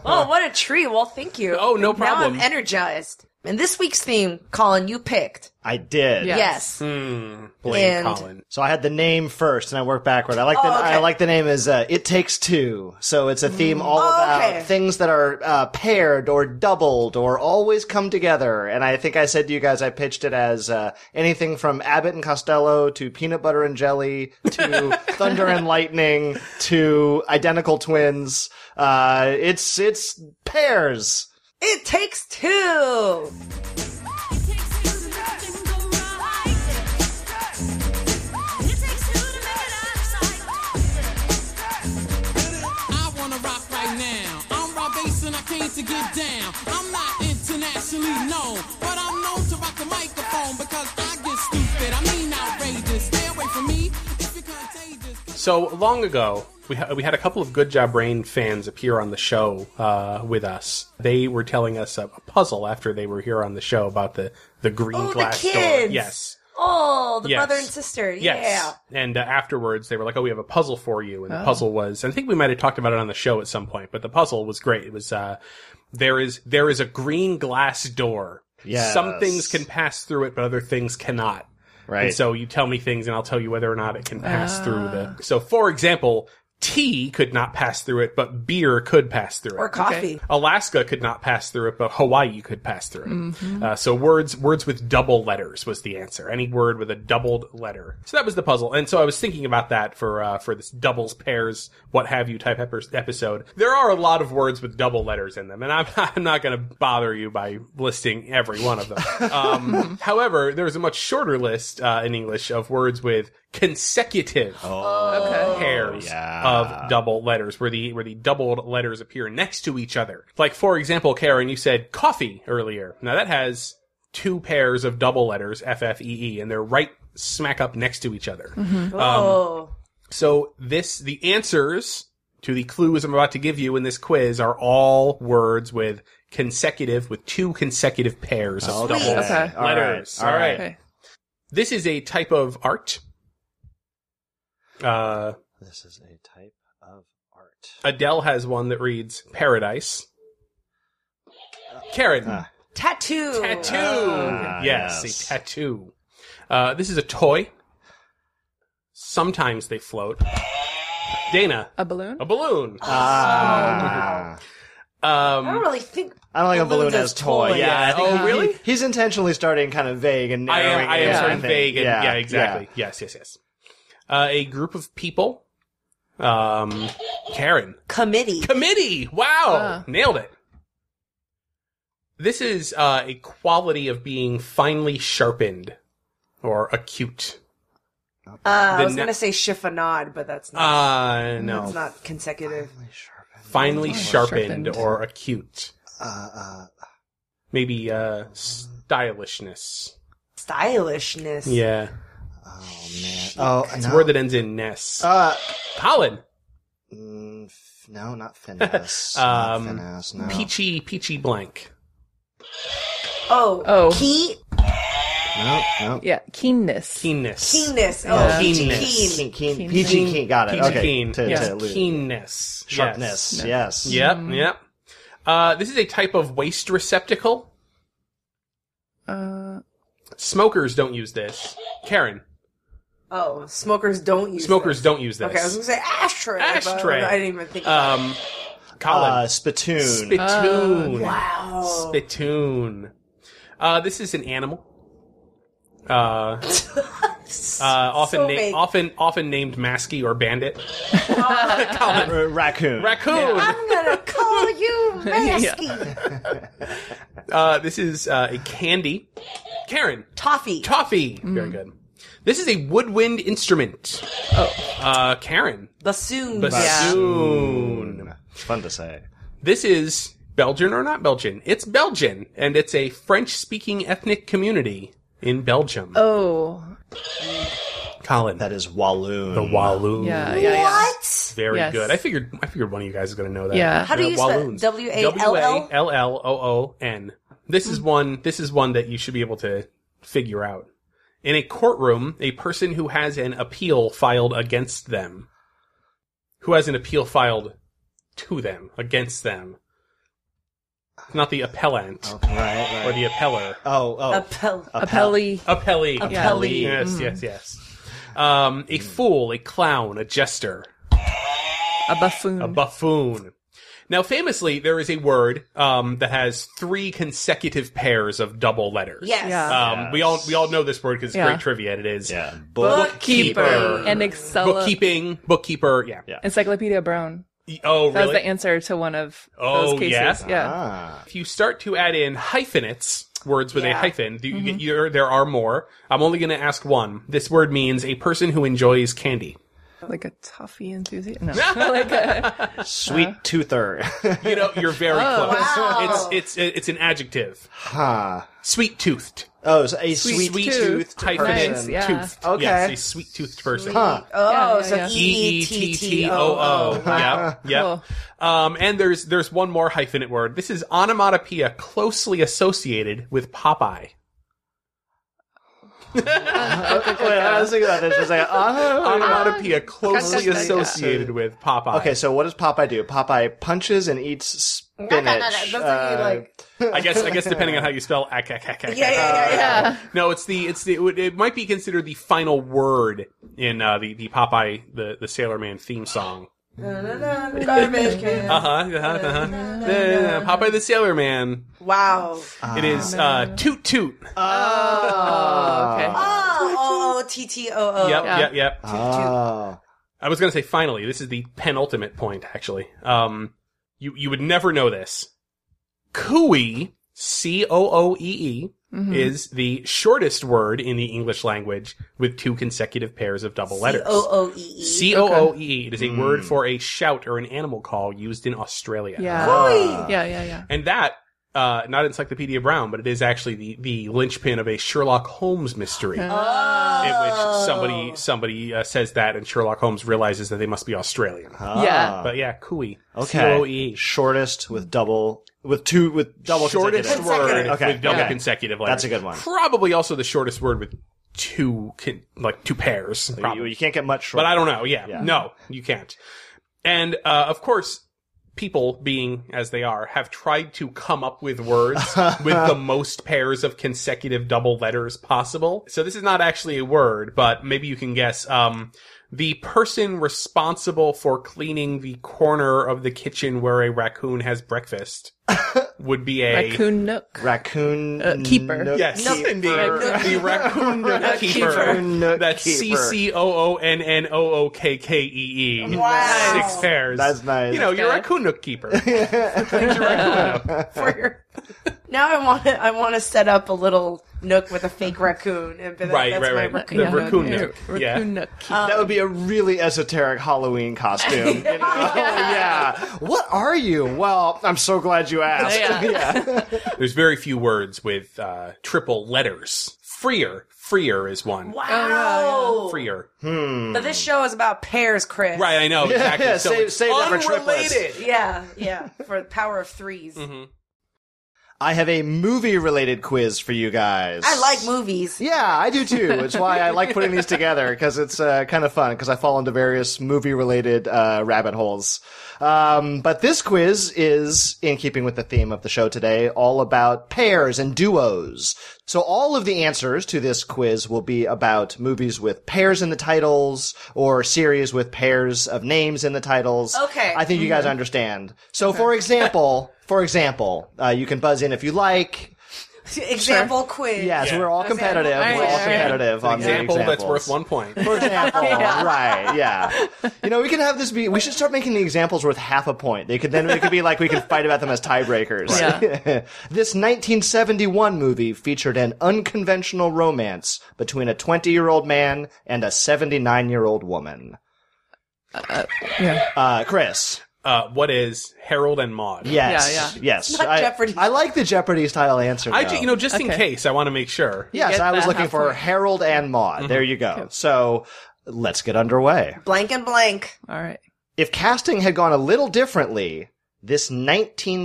Speaker 2: oh, what a treat. Well, thank you.
Speaker 5: Oh, no
Speaker 2: Now
Speaker 5: problem.
Speaker 2: I'm energized. And this week's theme, Colin, you picked.
Speaker 3: I did.
Speaker 4: Yeah.
Speaker 2: Yes.
Speaker 5: Hmm. blame
Speaker 2: And-
Speaker 5: Colin.
Speaker 3: So I had the name first and I worked backward. I like the
Speaker 2: Oh, okay. Mm,
Speaker 3: I like the name as uh, It Takes Two. So it's a theme all about
Speaker 2: oh, okay.
Speaker 3: things that are uh, paired or doubled or always come together. And I think I said to you guys I pitched it as uh, anything from Abbott and Costello to peanut butter and jelly to thunder and lightning to identical twins. Uh, it's it's pairs.
Speaker 2: It takes two.
Speaker 6: I wanna rock right now. I'm raw bass and I came to get down. I'm not internationally known, but I'm known to rock the microphone because I get stupid. I mean outrageous. Stay away from me if you're contagious.
Speaker 5: So long ago, we ha- we had a couple of Good Job Brain fans appear on the show uh, with us. They were telling us a, a puzzle after they were here on the show about the the green
Speaker 2: Oh, the
Speaker 5: glass door.
Speaker 2: kids!
Speaker 5: Yes.
Speaker 2: Oh, the
Speaker 5: Yes.
Speaker 2: brother and sister.
Speaker 5: Yes. And uh, afterwards, they were like, "Oh, we have a puzzle for you."
Speaker 3: Oh.
Speaker 5: And the puzzle was, I think we might have talked about it on the show at some point, but the puzzle was great. It was, uh, there is there is a green glass door.
Speaker 3: Yes.
Speaker 5: Some things can pass through it, but other things cannot.
Speaker 3: Right.
Speaker 5: And so you tell me things, and I'll tell you whether or not it can pass through
Speaker 3: Ah.
Speaker 5: the. So, for example, tea could not pass through it, but beer could pass through it.
Speaker 2: Or coffee.
Speaker 5: Alaska could not pass through it, but Hawaii could pass through it. Uh, so words words with double letters was the answer. Any word with a doubled letter. So that was the puzzle. And so I was thinking about that for uh, for this doubles, pairs, what have you type epi- episode. There are a lot of words with double letters in them, and I'm I'm not going to bother you by listing every one of them. Um, however, there's a much shorter list uh, in English of words with consecutive
Speaker 4: Okay.
Speaker 5: pairs
Speaker 3: yeah.
Speaker 5: of double letters where the where the doubled letters appear next to each other. Like for example, Karen, you said coffee earlier. Now that has two pairs of double letters F F E E, and they're right smack up next to each other. Um,
Speaker 2: oh.
Speaker 5: So this the answers to the clues I'm about to give you in this quiz are all words with consecutive with two consecutive pairs of double
Speaker 2: Sweet.
Speaker 4: Okay.
Speaker 3: All right.
Speaker 5: letters.
Speaker 3: All right.
Speaker 4: Okay.
Speaker 5: This is a type of art. Uh
Speaker 3: This is a type of art.
Speaker 5: Adele has one that reads Paradise. Karen,
Speaker 2: Tattoo.
Speaker 5: tattoo.
Speaker 3: Ah,
Speaker 5: yes,
Speaker 3: yes.
Speaker 5: a tattoo. Uh, this is a toy. Sometimes they float. Dana,
Speaker 4: A balloon.
Speaker 5: a balloon.
Speaker 3: Ah.
Speaker 5: Um,
Speaker 2: I don't really think.
Speaker 3: I don't like a
Speaker 2: Balloons
Speaker 3: balloon
Speaker 2: as
Speaker 3: as toy.
Speaker 2: toys.
Speaker 3: Yeah. I think
Speaker 5: Oh,
Speaker 3: he-
Speaker 5: really?
Speaker 3: He's intentionally starting kind of vague and
Speaker 5: I
Speaker 3: narrowing.
Speaker 5: am. I am
Speaker 3: it,
Speaker 5: sort of
Speaker 3: think.
Speaker 5: vague. And, yeah, exactly. Yes, yes, yes. Uh, a group of people. Um, Karen,
Speaker 2: Committee.
Speaker 5: committee. Wow, nailed it. This is uh, a quality of being finely sharpened or acute.
Speaker 2: Uh, I
Speaker 5: The
Speaker 2: was
Speaker 5: ne-
Speaker 2: going to say chiffonade, but that's not,
Speaker 5: Uh, no.
Speaker 2: that's not consecutive.
Speaker 5: Finely sharpened,
Speaker 4: sharpened.
Speaker 5: or acute.
Speaker 3: Uh,
Speaker 5: Maybe uh, stylishness.
Speaker 2: Stylishness.
Speaker 5: Yeah.
Speaker 3: Oh,
Speaker 5: It's a
Speaker 3: no.
Speaker 5: word that ends in ness.
Speaker 3: Uh,
Speaker 5: Colin.
Speaker 3: mm, f- no, not finesse.
Speaker 5: Um,
Speaker 3: not finesse. No.
Speaker 5: Peachy, peachy blank.
Speaker 2: Oh.
Speaker 4: Oh.
Speaker 2: Key.
Speaker 3: No, no.
Speaker 4: Yeah. Keenness.
Speaker 5: Keenness.
Speaker 2: Keenness. Oh, peachy
Speaker 5: Keenness.
Speaker 2: keen.
Speaker 3: Keen, keen, peachy keen. Got it.
Speaker 5: Peachy
Speaker 3: okay.
Speaker 5: keen.
Speaker 3: To,
Speaker 4: Yeah.
Speaker 3: to elude.
Speaker 5: Keenness. Yes.
Speaker 3: Sharpness. Yes.
Speaker 5: Yep, yep. Uh, this is a type of waste receptacle.
Speaker 4: Uh,
Speaker 5: Smokers don't use this. Karen.
Speaker 2: Oh, smokers don't use
Speaker 5: Smokers
Speaker 2: this.
Speaker 5: don't use this.
Speaker 2: Okay, I was going to say ashtray. but
Speaker 5: Ashtray.
Speaker 2: I didn't even think about
Speaker 5: Um,
Speaker 3: Uh,
Speaker 5: Colin.
Speaker 3: spittoon.
Speaker 5: Spittoon.
Speaker 2: it. Uh, Wow.
Speaker 5: Spittoon. Uh, this is an animal. Uh, uh, often,
Speaker 2: So
Speaker 5: na-
Speaker 2: vague.
Speaker 5: often, often named Masky or Bandit.
Speaker 3: R- Uh, raccoon.
Speaker 5: Raccoon.
Speaker 2: I'm going to call you Masky.
Speaker 5: Uh, this is uh, a candy. Karen.
Speaker 2: Toffee.
Speaker 5: Toffee.
Speaker 4: Mm-hmm.
Speaker 5: Very good. This is a woodwind instrument. Oh. Uh, Karen.
Speaker 2: Bassoon.
Speaker 5: Bassoon.
Speaker 4: Mm.
Speaker 3: It's fun to say.
Speaker 5: This is Belgian or not Belgian? It's Belgian, and it's a French-speaking ethnic community in Belgium.
Speaker 4: Oh,
Speaker 5: Colin.
Speaker 3: That is Walloon.
Speaker 5: the Walloon.
Speaker 4: yeah, yeah, yeah.
Speaker 2: What?
Speaker 5: Very
Speaker 4: Yes.
Speaker 5: good. I figured. I figured one of you guys is going to know that.
Speaker 4: Yeah.
Speaker 2: How do
Speaker 5: Uh,
Speaker 2: you spell it?
Speaker 5: Walloons.
Speaker 2: W-A-L-L?
Speaker 5: W A L L O O N. This is one. This is one that you should be able to figure out. In a courtroom, a person who has an appeal filed against them, who has an appeal filed to them against them, not the appellant
Speaker 3: Oh, Right,
Speaker 5: or
Speaker 3: right.
Speaker 5: the appeller,
Speaker 3: Oh, oh.
Speaker 2: Appel-
Speaker 5: Uh,
Speaker 4: Apelli.
Speaker 5: appellee. Hmm.
Speaker 2: Appellee.
Speaker 5: Yes, yes, yes. Um, a fool, a clown, a jester.
Speaker 4: A buffoon.
Speaker 2: Mm.
Speaker 5: A buffoon. Now, famously, there is a word um, that has three consecutive pairs of double letters.
Speaker 2: yes.
Speaker 4: Yeah.
Speaker 5: Um, we all we all know this word because it's
Speaker 4: Yeah.
Speaker 5: great trivia, and it is
Speaker 3: Yeah.
Speaker 5: Bookkeeper.
Speaker 4: And Excel.
Speaker 5: bookkeeping, bookkeeper. Yeah.
Speaker 3: Yeah.
Speaker 4: Encyclopedia Brown.
Speaker 5: Oh,
Speaker 4: That was
Speaker 5: really?
Speaker 4: the answer to one of
Speaker 5: Oh,
Speaker 4: those cases.
Speaker 5: yeah?
Speaker 3: Ah.
Speaker 5: if you start to add in hyphenates, words with a
Speaker 2: Yeah. Mm-hmm.
Speaker 5: hyphen, you, you're, there are more. I'm only going to ask one. This word means a person who enjoys candy.
Speaker 4: Like a toffee enthusiast. No. like a,
Speaker 3: Sweet toother.
Speaker 5: You know, you're very close.
Speaker 2: Oh, Wow.
Speaker 5: It's it's it's an adjective.
Speaker 3: huh.
Speaker 5: Sweet toothed.
Speaker 3: Oh, so a sweet,
Speaker 5: sweet toothed
Speaker 3: toothed
Speaker 5: hyphenate
Speaker 4: Nice,
Speaker 3: person.
Speaker 4: yeah.
Speaker 5: toothed.
Speaker 3: Okay.
Speaker 5: Yes, a sweet toothed person.
Speaker 3: Huh.
Speaker 2: Oh,
Speaker 4: Yeah, yeah,
Speaker 2: so
Speaker 4: yeah.
Speaker 5: E E T E T O
Speaker 2: E-E-T-T-O-O.
Speaker 5: O. Yeah, yeah.
Speaker 4: Cool.
Speaker 5: Um, and there's there's one more hyphenate word. This is onomatopoeia closely associated with Popeye.
Speaker 3: Wait, I was thinking about this. Just like, uh,
Speaker 5: Onomatopoeia closely
Speaker 4: yeah.
Speaker 5: associated with Popeye.
Speaker 3: okay, so what does Popeye do? Popeye punches and eats spinach.
Speaker 2: That's what you
Speaker 3: Uh,
Speaker 2: like.
Speaker 5: I guess I guess depending on how you spell ak ak ak ak.
Speaker 2: Yeah, yeah, yeah, yeah.
Speaker 5: Uh, No, it's the it's the it would- it might be considered the final word in uh, the the Popeye the the Sailor Man theme song.
Speaker 2: Garbage can.
Speaker 5: Uh huh. Uh huh. Uh-huh. Popeye the Sailor Man.
Speaker 2: Wow.
Speaker 5: It is uh, toot toot.
Speaker 4: oh, okay.
Speaker 2: Oh, oh, T T O O.
Speaker 5: Yep,
Speaker 4: Yeah.
Speaker 5: yep, yep.
Speaker 3: Oh.
Speaker 5: I was gonna say finally. This is the penultimate point, actually. Um, you you would never know this. Cooey, C O O E E, is the shortest word in the English language with two consecutive pairs of double
Speaker 2: C
Speaker 5: letters.
Speaker 2: O O E E.
Speaker 5: C O O E E. It is a word for a shout or an animal call used in Australia.
Speaker 4: Yeah.
Speaker 2: Ooh.
Speaker 4: Yeah, yeah, yeah.
Speaker 5: And that, uh, not Encyclopedia Brown, but it is actually the, the linchpin of a Sherlock Holmes mystery.
Speaker 2: Oh.
Speaker 5: In which somebody somebody uh, says that, and Sherlock Holmes realizes that they must be Australian.
Speaker 4: Yeah.
Speaker 5: But yeah, cooey. E.
Speaker 3: Ah. Okay.
Speaker 5: C-O-E.
Speaker 3: Shortest with double with two with double
Speaker 5: Shortest
Speaker 3: consecutive.
Speaker 5: word
Speaker 3: Okay,
Speaker 5: with double
Speaker 3: okay.
Speaker 5: consecutive letters.
Speaker 3: That's a good one.
Speaker 5: Probably also the shortest word with two con- like two pairs. probably.
Speaker 3: You, you can't get much shorter.
Speaker 5: But I don't know. Yeah.
Speaker 3: Yeah.
Speaker 5: No, you can't. And uh, of course, people being as they are have tried to come up with words with the most pairs of consecutive double letters possible. So this is not actually a word, but maybe you can guess. Um, the person responsible for cleaning the corner of the kitchen where a raccoon has breakfast would be a
Speaker 4: Raccoon Nook.
Speaker 3: Raccoon
Speaker 4: Uh, keeper.
Speaker 3: Nook
Speaker 5: Yes,
Speaker 3: keeper.
Speaker 5: the, the raccoon nook
Speaker 3: Keeper.
Speaker 5: keeper.
Speaker 3: Nook
Speaker 5: That's C
Speaker 3: keeper.
Speaker 5: C O O N N O O K K E E.
Speaker 2: Wow.
Speaker 5: Six pairs.
Speaker 3: That's nice.
Speaker 5: You know, your
Speaker 4: Okay.
Speaker 5: raccoon nook keeper. Cleans your raccoon up.
Speaker 2: for your. Now I want to. I want to set up a little nook with a fake raccoon and be like,
Speaker 5: Right,
Speaker 2: that's
Speaker 5: right,
Speaker 2: my
Speaker 5: right.
Speaker 2: raccoon.
Speaker 5: The raccoon nook.
Speaker 4: Raccoon
Speaker 5: Yeah.
Speaker 4: Nook.
Speaker 3: That would be a really esoteric Halloween costume. you know? yeah. What are you? Well, I'm so glad you asked.
Speaker 4: Yeah.
Speaker 5: There's very few words with uh, triple letters. Freer. Freer is one.
Speaker 4: Oh,
Speaker 2: Wow.
Speaker 5: Freer.
Speaker 2: But this show is about pears, Chris.
Speaker 5: Right, I know, exactly.
Speaker 3: yeah,
Speaker 5: so
Speaker 3: save-
Speaker 5: it's
Speaker 3: save that for triplets.
Speaker 5: unrelated.
Speaker 2: Yeah, yeah. For the power of 3s
Speaker 4: Mm-hmm.
Speaker 3: I have a movie related quiz for you guys.
Speaker 2: I like movies.
Speaker 3: Yeah, I do too. It's why I like putting these together because it's uh, kind of fun because I fall into various movie related uh, rabbit holes. Um, but this quiz is, in keeping with the theme of the show today, all about pairs and duos. So all of the answers to this quiz will be about movies with pairs in the titles or series with pairs of names in the titles.
Speaker 2: Okay.
Speaker 3: I think you guys understand. So for example, for example, uh, you can buzz in if you like.
Speaker 2: Example quiz.
Speaker 3: Yes,
Speaker 5: Yeah.
Speaker 3: we're all competitive.
Speaker 4: Alright,
Speaker 3: We're all
Speaker 4: alright.
Speaker 3: competitive on
Speaker 5: example
Speaker 3: the
Speaker 5: that's
Speaker 3: examples.
Speaker 5: worth one point.
Speaker 3: For example,
Speaker 4: Yeah.
Speaker 3: right? Yeah. You know, we can have this be. We should start making the examples worth half a point. They could then it could be like we could fight about them as tiebreakers. this 1971 movie featured an unconventional romance between a 20 year old man and a 79 year old woman.
Speaker 4: uh, yeah.
Speaker 3: Uh, Chris.
Speaker 5: Uh, what is Harold and Maude?
Speaker 3: Yes.
Speaker 4: Yeah, yeah.
Speaker 3: Yes.
Speaker 2: not
Speaker 3: I,
Speaker 2: Jeopardy.
Speaker 3: I like the Jeopardy style answer.
Speaker 5: I
Speaker 3: though.
Speaker 5: ju- you know just in
Speaker 4: Okay.
Speaker 5: case I want to make sure.
Speaker 3: Yes,
Speaker 4: get
Speaker 3: I was
Speaker 4: that
Speaker 3: looking
Speaker 4: half
Speaker 3: for
Speaker 4: point.
Speaker 3: Harold and Maude. There you go. So let's get underway.
Speaker 2: Blank and blank.
Speaker 4: All right.
Speaker 3: If casting had gone a little differently, this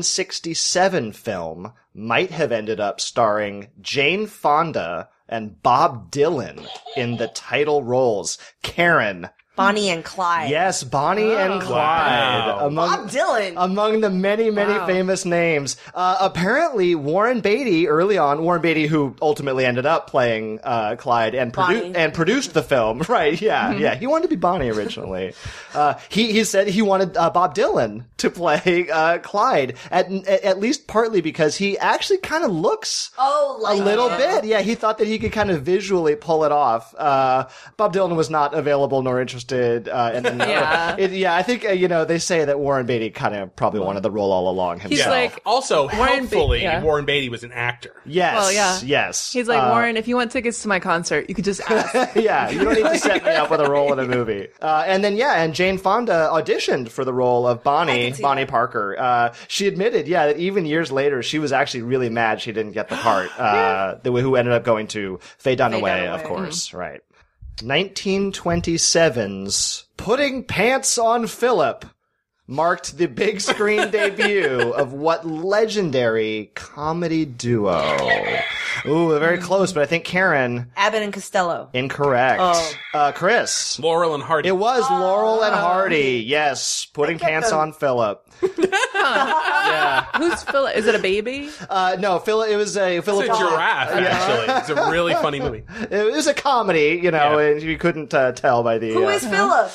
Speaker 3: 1967 film might have ended up starring Jane Fonda and Bob Dylan in the title roles. Karen.
Speaker 2: Bonnie and Clyde.
Speaker 3: Yes, Um, Bonnie and Clyde.
Speaker 5: Wow.
Speaker 3: Among,
Speaker 2: Bob Dylan.
Speaker 3: among the many, many famous names. Uh, apparently, Warren Beatty early on, Warren Beatty, who ultimately ended up playing uh, Clyde and, produ-
Speaker 2: Bonnie.
Speaker 3: and produced the film, right? Yeah, yeah. He wanted to be Bonnie originally. uh, he he said he wanted uh, Bob Dylan to play uh, Clyde at at least partly because he actually kind of looks
Speaker 2: oh,
Speaker 3: a
Speaker 2: like
Speaker 3: little
Speaker 2: him.
Speaker 3: bit. Yeah, he thought that he could kind of visually pull it off. Uh, Bob Dylan was not available nor interested. Uh, in the
Speaker 4: Yeah.
Speaker 3: It- yeah, I think, uh, you know, they say that Warren Beatty kind of probably wanted the role all along himself.
Speaker 4: He's like,
Speaker 5: Also,
Speaker 4: Warren Be-
Speaker 5: helpfully,
Speaker 4: yeah.
Speaker 5: Warren Beatty was an actor.
Speaker 3: yes,
Speaker 4: well, yeah.
Speaker 3: yes.
Speaker 4: He's like,
Speaker 3: Uh,
Speaker 4: Warren, if you want tickets to my concert, you could just ask.
Speaker 3: yeah, you don't need to set me up with a role in a movie. Uh, and then, yeah, and Jane Fonda auditioned for the role of Bonnie,
Speaker 2: see
Speaker 3: Bonnie Parker. Uh, she admitted, yeah, that even years later, she was actually really mad she didn't get the part, uh, the, who ended up going to Faye Dunaway, of
Speaker 2: Dunaway.
Speaker 3: course, right. 1927's Putting Pants on Philip marked the big screen debut of what legendary comedy duo? Ooh, they're very close, but I think Karen
Speaker 2: Abbott and Costello.
Speaker 3: Incorrect.
Speaker 2: Oh.
Speaker 3: Uh, Chris.
Speaker 5: Laurel and Hardy.
Speaker 3: It was Laurel and Hardy. Yes, putting
Speaker 2: get
Speaker 3: pants
Speaker 2: them.
Speaker 3: on Philip.
Speaker 4: Who's Philip? Is it a baby?
Speaker 3: Uh, no, Philip. It was a
Speaker 5: it's a
Speaker 3: Philip.
Speaker 5: giraffe, actually. It's a really funny movie.
Speaker 3: It was a comedy, you know,
Speaker 5: Yeah.
Speaker 3: and you couldn't uh, tell by the.
Speaker 2: Who
Speaker 3: uh,
Speaker 2: is Philip?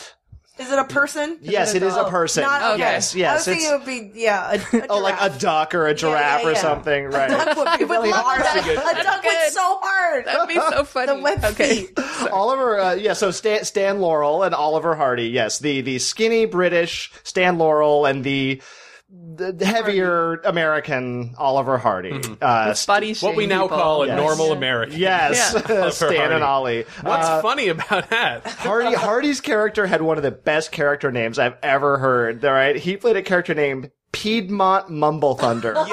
Speaker 2: Is it a person?
Speaker 3: Yes, it is a person.
Speaker 2: Not- okay.
Speaker 3: Yes,
Speaker 2: I
Speaker 3: yes.
Speaker 2: was
Speaker 3: It's,
Speaker 2: thinking it would be yeah. A, a
Speaker 3: oh, like a
Speaker 2: giraffe.
Speaker 3: duck or a giraffe or
Speaker 2: yeah.
Speaker 3: something, right?
Speaker 2: Would be really hard.
Speaker 5: good.
Speaker 2: A duck went so hard.
Speaker 4: That'd be so funny.
Speaker 2: The web
Speaker 4: okay.
Speaker 2: feet.
Speaker 3: Oliver, uh, yeah. So Stan, Stan Laurel and Oliver Hardy, yes, the the skinny British Stan Laurel and the. The heavier American Oliver Hardy. Uh,
Speaker 4: Body
Speaker 5: What we now call a
Speaker 3: Yes.
Speaker 5: normal American.
Speaker 3: Yes,
Speaker 5: Yeah.
Speaker 3: Stan and Ollie.
Speaker 5: What's
Speaker 3: Uh,
Speaker 5: funny about that?
Speaker 3: Hardy Hardy's character had one of the best character names I've ever heard. All right, he played a character named Piedmont Mumble Thunder.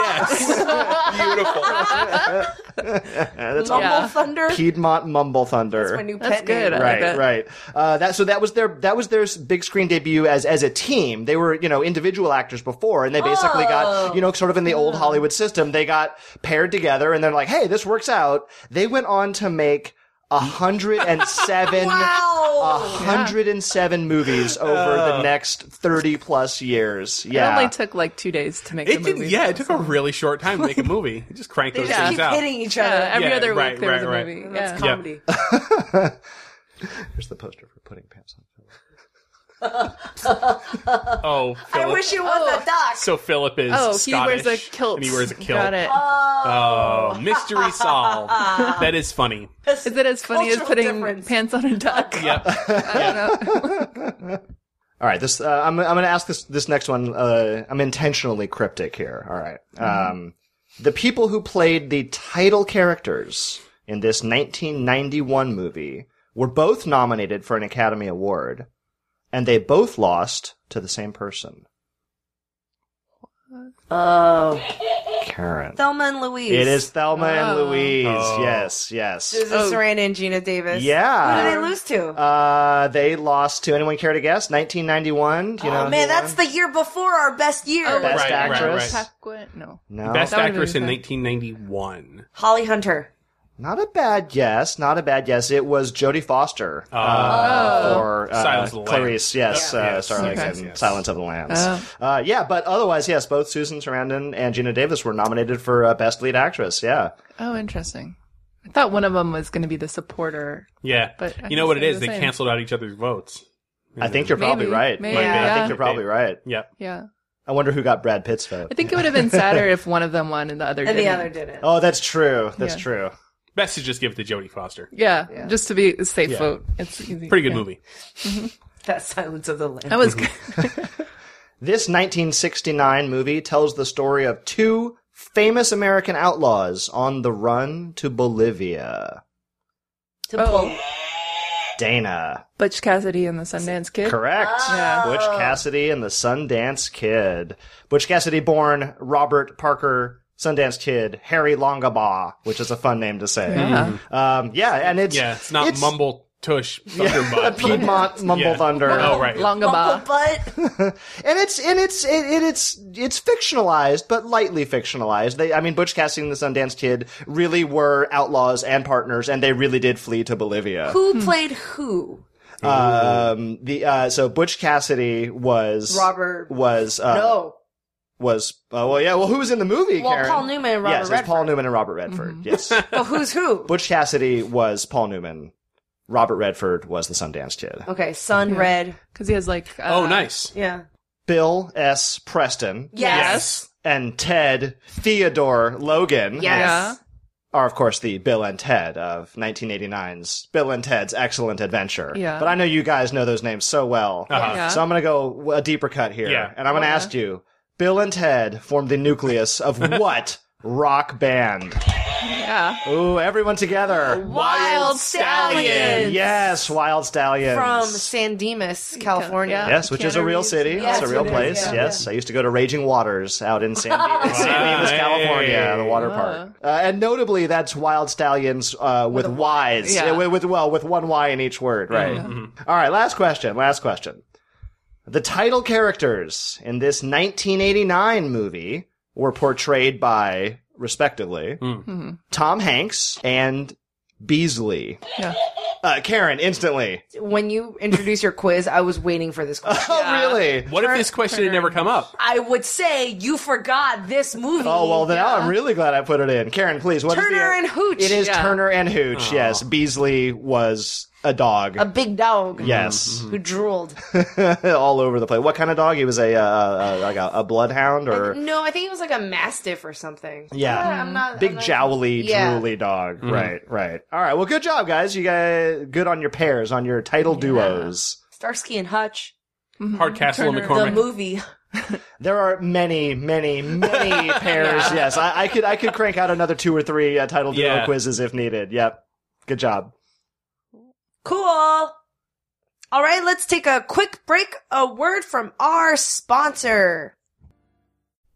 Speaker 5: Yes. Beautiful.
Speaker 3: that's
Speaker 2: Mumble
Speaker 3: awful.
Speaker 4: Yeah.
Speaker 2: Thunder.
Speaker 3: Piedmont Mumble Thunder.
Speaker 2: My new
Speaker 4: That's
Speaker 2: pet
Speaker 4: good.
Speaker 2: name.
Speaker 4: I like
Speaker 3: Right,
Speaker 4: that.
Speaker 3: right. Uh, that so that was their that was their s- big screen debut as as a team. They were you know individual actors before, and they basically
Speaker 2: Oh.
Speaker 3: got you know sort of in the old Hollywood system. They got paired together, and they're like, hey, this works out. They went on to make hundred and seven.
Speaker 2: Wow.
Speaker 3: 107 movies over the next 30 plus years.
Speaker 4: It
Speaker 3: Yeah.
Speaker 4: only took like two days to make
Speaker 5: It
Speaker 4: the
Speaker 5: didn't.
Speaker 4: movie.
Speaker 5: Yeah, it took a really short time to make a movie. You just crank
Speaker 2: They
Speaker 5: those
Speaker 2: just
Speaker 5: things
Speaker 2: keep
Speaker 5: out.
Speaker 2: hitting each
Speaker 4: Yeah,
Speaker 2: other.
Speaker 4: every
Speaker 5: Yeah,
Speaker 4: other week
Speaker 5: right,
Speaker 4: there was a
Speaker 5: right, right.
Speaker 4: movie.
Speaker 2: That's
Speaker 4: Yeah.
Speaker 2: comedy.
Speaker 3: Here's the poster for putting pants on.
Speaker 5: Oh,
Speaker 2: I
Speaker 5: Philip.
Speaker 2: wish it was a duck.
Speaker 5: so Philip is
Speaker 4: Oh, he
Speaker 5: Scottish,
Speaker 4: wears a kilt.
Speaker 5: and he wears a kilt.
Speaker 4: Got it.
Speaker 2: Uh,
Speaker 5: Oh, mystery solved. that is funny.
Speaker 4: Is it as funny as
Speaker 2: Cultural
Speaker 4: putting
Speaker 2: difference.
Speaker 4: pants on a duck?
Speaker 5: Yep.
Speaker 3: All right, this uh, I'm I'm going to ask this this next one. Uh, I'm intentionally cryptic here. All right. Um, the people who played the title characters in this 1991 movie were both nominated for an Academy Award, and they both lost to the same person,
Speaker 2: Oh,
Speaker 3: Karen.
Speaker 2: Thelma and Louise.
Speaker 3: It is Thelma and
Speaker 4: Oh.
Speaker 3: Louise.
Speaker 5: Oh.
Speaker 3: Yes, yes.
Speaker 2: Susan
Speaker 4: Oh.
Speaker 2: Sarandon and Gina Davis.
Speaker 3: Yeah.
Speaker 2: Who did they lose to?
Speaker 3: Uh, they lost to anyone care to guess? 1991. Do you know
Speaker 2: oh
Speaker 3: who won?
Speaker 2: man, that's the year before our best year.
Speaker 4: Oh,
Speaker 3: best
Speaker 5: Right, right,
Speaker 3: actress.
Speaker 5: right.
Speaker 4: Paquin- No.
Speaker 3: No,
Speaker 5: Best
Speaker 4: That would've
Speaker 5: actress in
Speaker 4: been
Speaker 5: 1991.
Speaker 2: Holly Hunter.
Speaker 3: not a bad guess. Not a bad guess. It was Jodie Foster uh, or uh,
Speaker 5: Oh. Silence of the
Speaker 3: Clarice. Yes,
Speaker 5: Yeah.
Speaker 3: uh,
Speaker 5: Yes.
Speaker 3: Starlight
Speaker 4: Okay.
Speaker 3: and Silence of the Lambs.
Speaker 4: Oh.
Speaker 3: Uh, yeah, but otherwise, yes, both Susan Sarandon and Gina Davis were nominated for uh, best lead actress. Yeah,
Speaker 4: Oh, interesting. I thought one of them was going to be the supporter.
Speaker 5: Yeah.
Speaker 4: But I
Speaker 5: you know what it
Speaker 4: think
Speaker 5: is?
Speaker 4: it's the
Speaker 5: They
Speaker 4: same.
Speaker 5: canceled out each other's votes.
Speaker 3: I think you're probably
Speaker 4: Maybe.
Speaker 3: right.
Speaker 4: Maybe.
Speaker 3: I
Speaker 4: Yeah.
Speaker 3: think you're probably right.
Speaker 5: Yep.
Speaker 4: Yeah.
Speaker 3: I wonder who got Brad Pitt's vote.
Speaker 4: I think it would have been sadder if one of them won and the other
Speaker 2: and
Speaker 4: didn't.
Speaker 2: the other didn't.
Speaker 3: Oh, that's true. That's
Speaker 4: Yeah.
Speaker 3: true.
Speaker 5: Best to just give it to Jodie Foster.
Speaker 4: Yeah, just to be a safe
Speaker 3: Yeah.
Speaker 4: vote. It's easy.
Speaker 5: Pretty good
Speaker 4: yeah.
Speaker 5: movie.
Speaker 2: That Silence of the Lambs.
Speaker 4: That was good.
Speaker 5: Mm-hmm.
Speaker 3: This 1969 movie tells the story of two famous American outlaws on the run to Bolivia.
Speaker 2: To pull.
Speaker 3: Dana.
Speaker 4: Oh, Butch Cassidy and the Sundance Kid.
Speaker 3: Correct.
Speaker 5: Oh.
Speaker 4: Yeah.
Speaker 3: Butch Cassidy and the Sundance Kid. Butch Cassidy born Robert Parker Sundance Kid Harry Longabaugh, which is a fun name to say.
Speaker 4: Yeah.
Speaker 3: Um, yeah, and it's
Speaker 5: Yeah, it's not Mumble Tush Thunderbutt.
Speaker 3: Piedmont Mumble
Speaker 5: Yeah.
Speaker 3: Thunder.
Speaker 5: Oh, right.
Speaker 4: Longaba.
Speaker 2: But
Speaker 3: and it's and it's it, it, it's it's fictionalized, but lightly fictionalized. They, I mean, Butch Cassidy and the Sundance Kid really were outlaws and partners, and they really did flee to Bolivia.
Speaker 2: who played who?
Speaker 3: Um, the uh, so Butch Cassidy was
Speaker 2: Robert.
Speaker 3: was uh,
Speaker 2: no.
Speaker 3: was uh, well yeah well who was in the movie?
Speaker 2: Well,
Speaker 3: Karen?
Speaker 2: Paul Newman and Robert Mm-hmm.
Speaker 3: yes, it's Paul Newman and Robert Redford. Yes,
Speaker 2: Well, who's who?
Speaker 3: Butch Cassidy was Paul Newman. Robert Redford was the Sundance Kid.
Speaker 2: Okay, Sun Red.
Speaker 4: Because he has like. Uh,
Speaker 5: Oh, nice.
Speaker 2: Yeah.
Speaker 3: Bill S. Preston
Speaker 2: Yes.
Speaker 3: and Ted Theodore Logan.
Speaker 2: Yes.
Speaker 4: Yeah.
Speaker 3: are of course the Bill and Ted of 1989's Bill and Ted's Excellent Adventure.
Speaker 4: Yeah.
Speaker 3: But I know you guys know those names so well.
Speaker 5: Uh-huh.
Speaker 4: Yeah.
Speaker 3: So I'm going to go a deeper cut here.
Speaker 5: Yeah.
Speaker 3: And I'm going to ask you, Bill and Ted formed the nucleus of what rock band?
Speaker 4: Yeah.
Speaker 3: Ooh, everyone together.
Speaker 2: Wild
Speaker 5: Stallions.
Speaker 2: Stallions.
Speaker 3: Yes, Wild Stallions.
Speaker 2: From San Dimas, California.
Speaker 4: Yeah.
Speaker 3: Yes, which is a
Speaker 4: Keanu
Speaker 3: real
Speaker 4: Reeves.
Speaker 3: city.
Speaker 4: Yeah,
Speaker 3: it's
Speaker 2: that's
Speaker 3: a real
Speaker 2: what it
Speaker 3: place.
Speaker 2: is, yeah.
Speaker 3: yes, I used to go to Raging Waters out in San, Di- San Dimas,
Speaker 5: Wow.
Speaker 3: California, the water
Speaker 4: Wow.
Speaker 3: park. Uh, and notably, that's Wild Stallions uh, with, Y's.
Speaker 4: Yeah.
Speaker 3: Yeah, with, with- well, with one Y in each word, right? All right, last question. Last question. The title characters in this 1989 movie were portrayed by, respectively, Tom Hanks and Beasley.
Speaker 4: Yeah.
Speaker 3: Uh, Karen, instantly.
Speaker 2: When you introduce your quiz, I was waiting for this question.
Speaker 3: Oh, really?
Speaker 5: What if this question had never come up?
Speaker 2: I would say you forgot this movie.
Speaker 3: Oh well, then I'm really glad I put it in. Karen, please. What is
Speaker 2: Turner
Speaker 3: the,
Speaker 2: and Hooch.
Speaker 3: It is
Speaker 4: Yeah.
Speaker 3: Turner and Hooch. Yes, Beasley was a dog.
Speaker 2: a big dog.
Speaker 3: yes,
Speaker 2: Who drooled?
Speaker 3: all over the place. What kind of dog? He was a uh, uh, like a, a bloodhound or
Speaker 2: No, I think it was like a mastiff or something. Mm.
Speaker 3: yeah.
Speaker 2: Uh, I'm not
Speaker 3: Big
Speaker 2: I'm not-
Speaker 3: jowly,
Speaker 2: Yeah.
Speaker 3: drooly dog. Right, right. All right. Well, good job, guys. You guys, good on your pairs, on your title duos.
Speaker 2: Starsky and Hutch,
Speaker 5: Hardcastle and
Speaker 2: Mm-hmm. the
Speaker 5: McCormick.
Speaker 2: movie.
Speaker 3: There are many, many, many pairs. Yes, I, I could, I could crank out another two or three uh, title duo
Speaker 5: Yeah.
Speaker 3: quizzes if needed. Yep. Good job.
Speaker 2: Cool. All right, let's take a quick break. A word from our sponsor.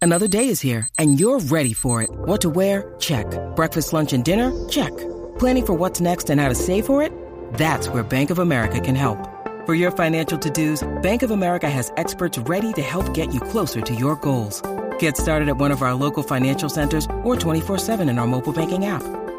Speaker 7: Another day is here, and you're ready for it. What to wear? Check. Breakfast, lunch, and dinner? Check. Planning for what's next and how to save for it? That's where Bank of America can help. For your financial to-dos, Bank of America has experts ready to help get you closer to your goals. Get started at one of our local financial centers or 24-7 in our mobile banking app.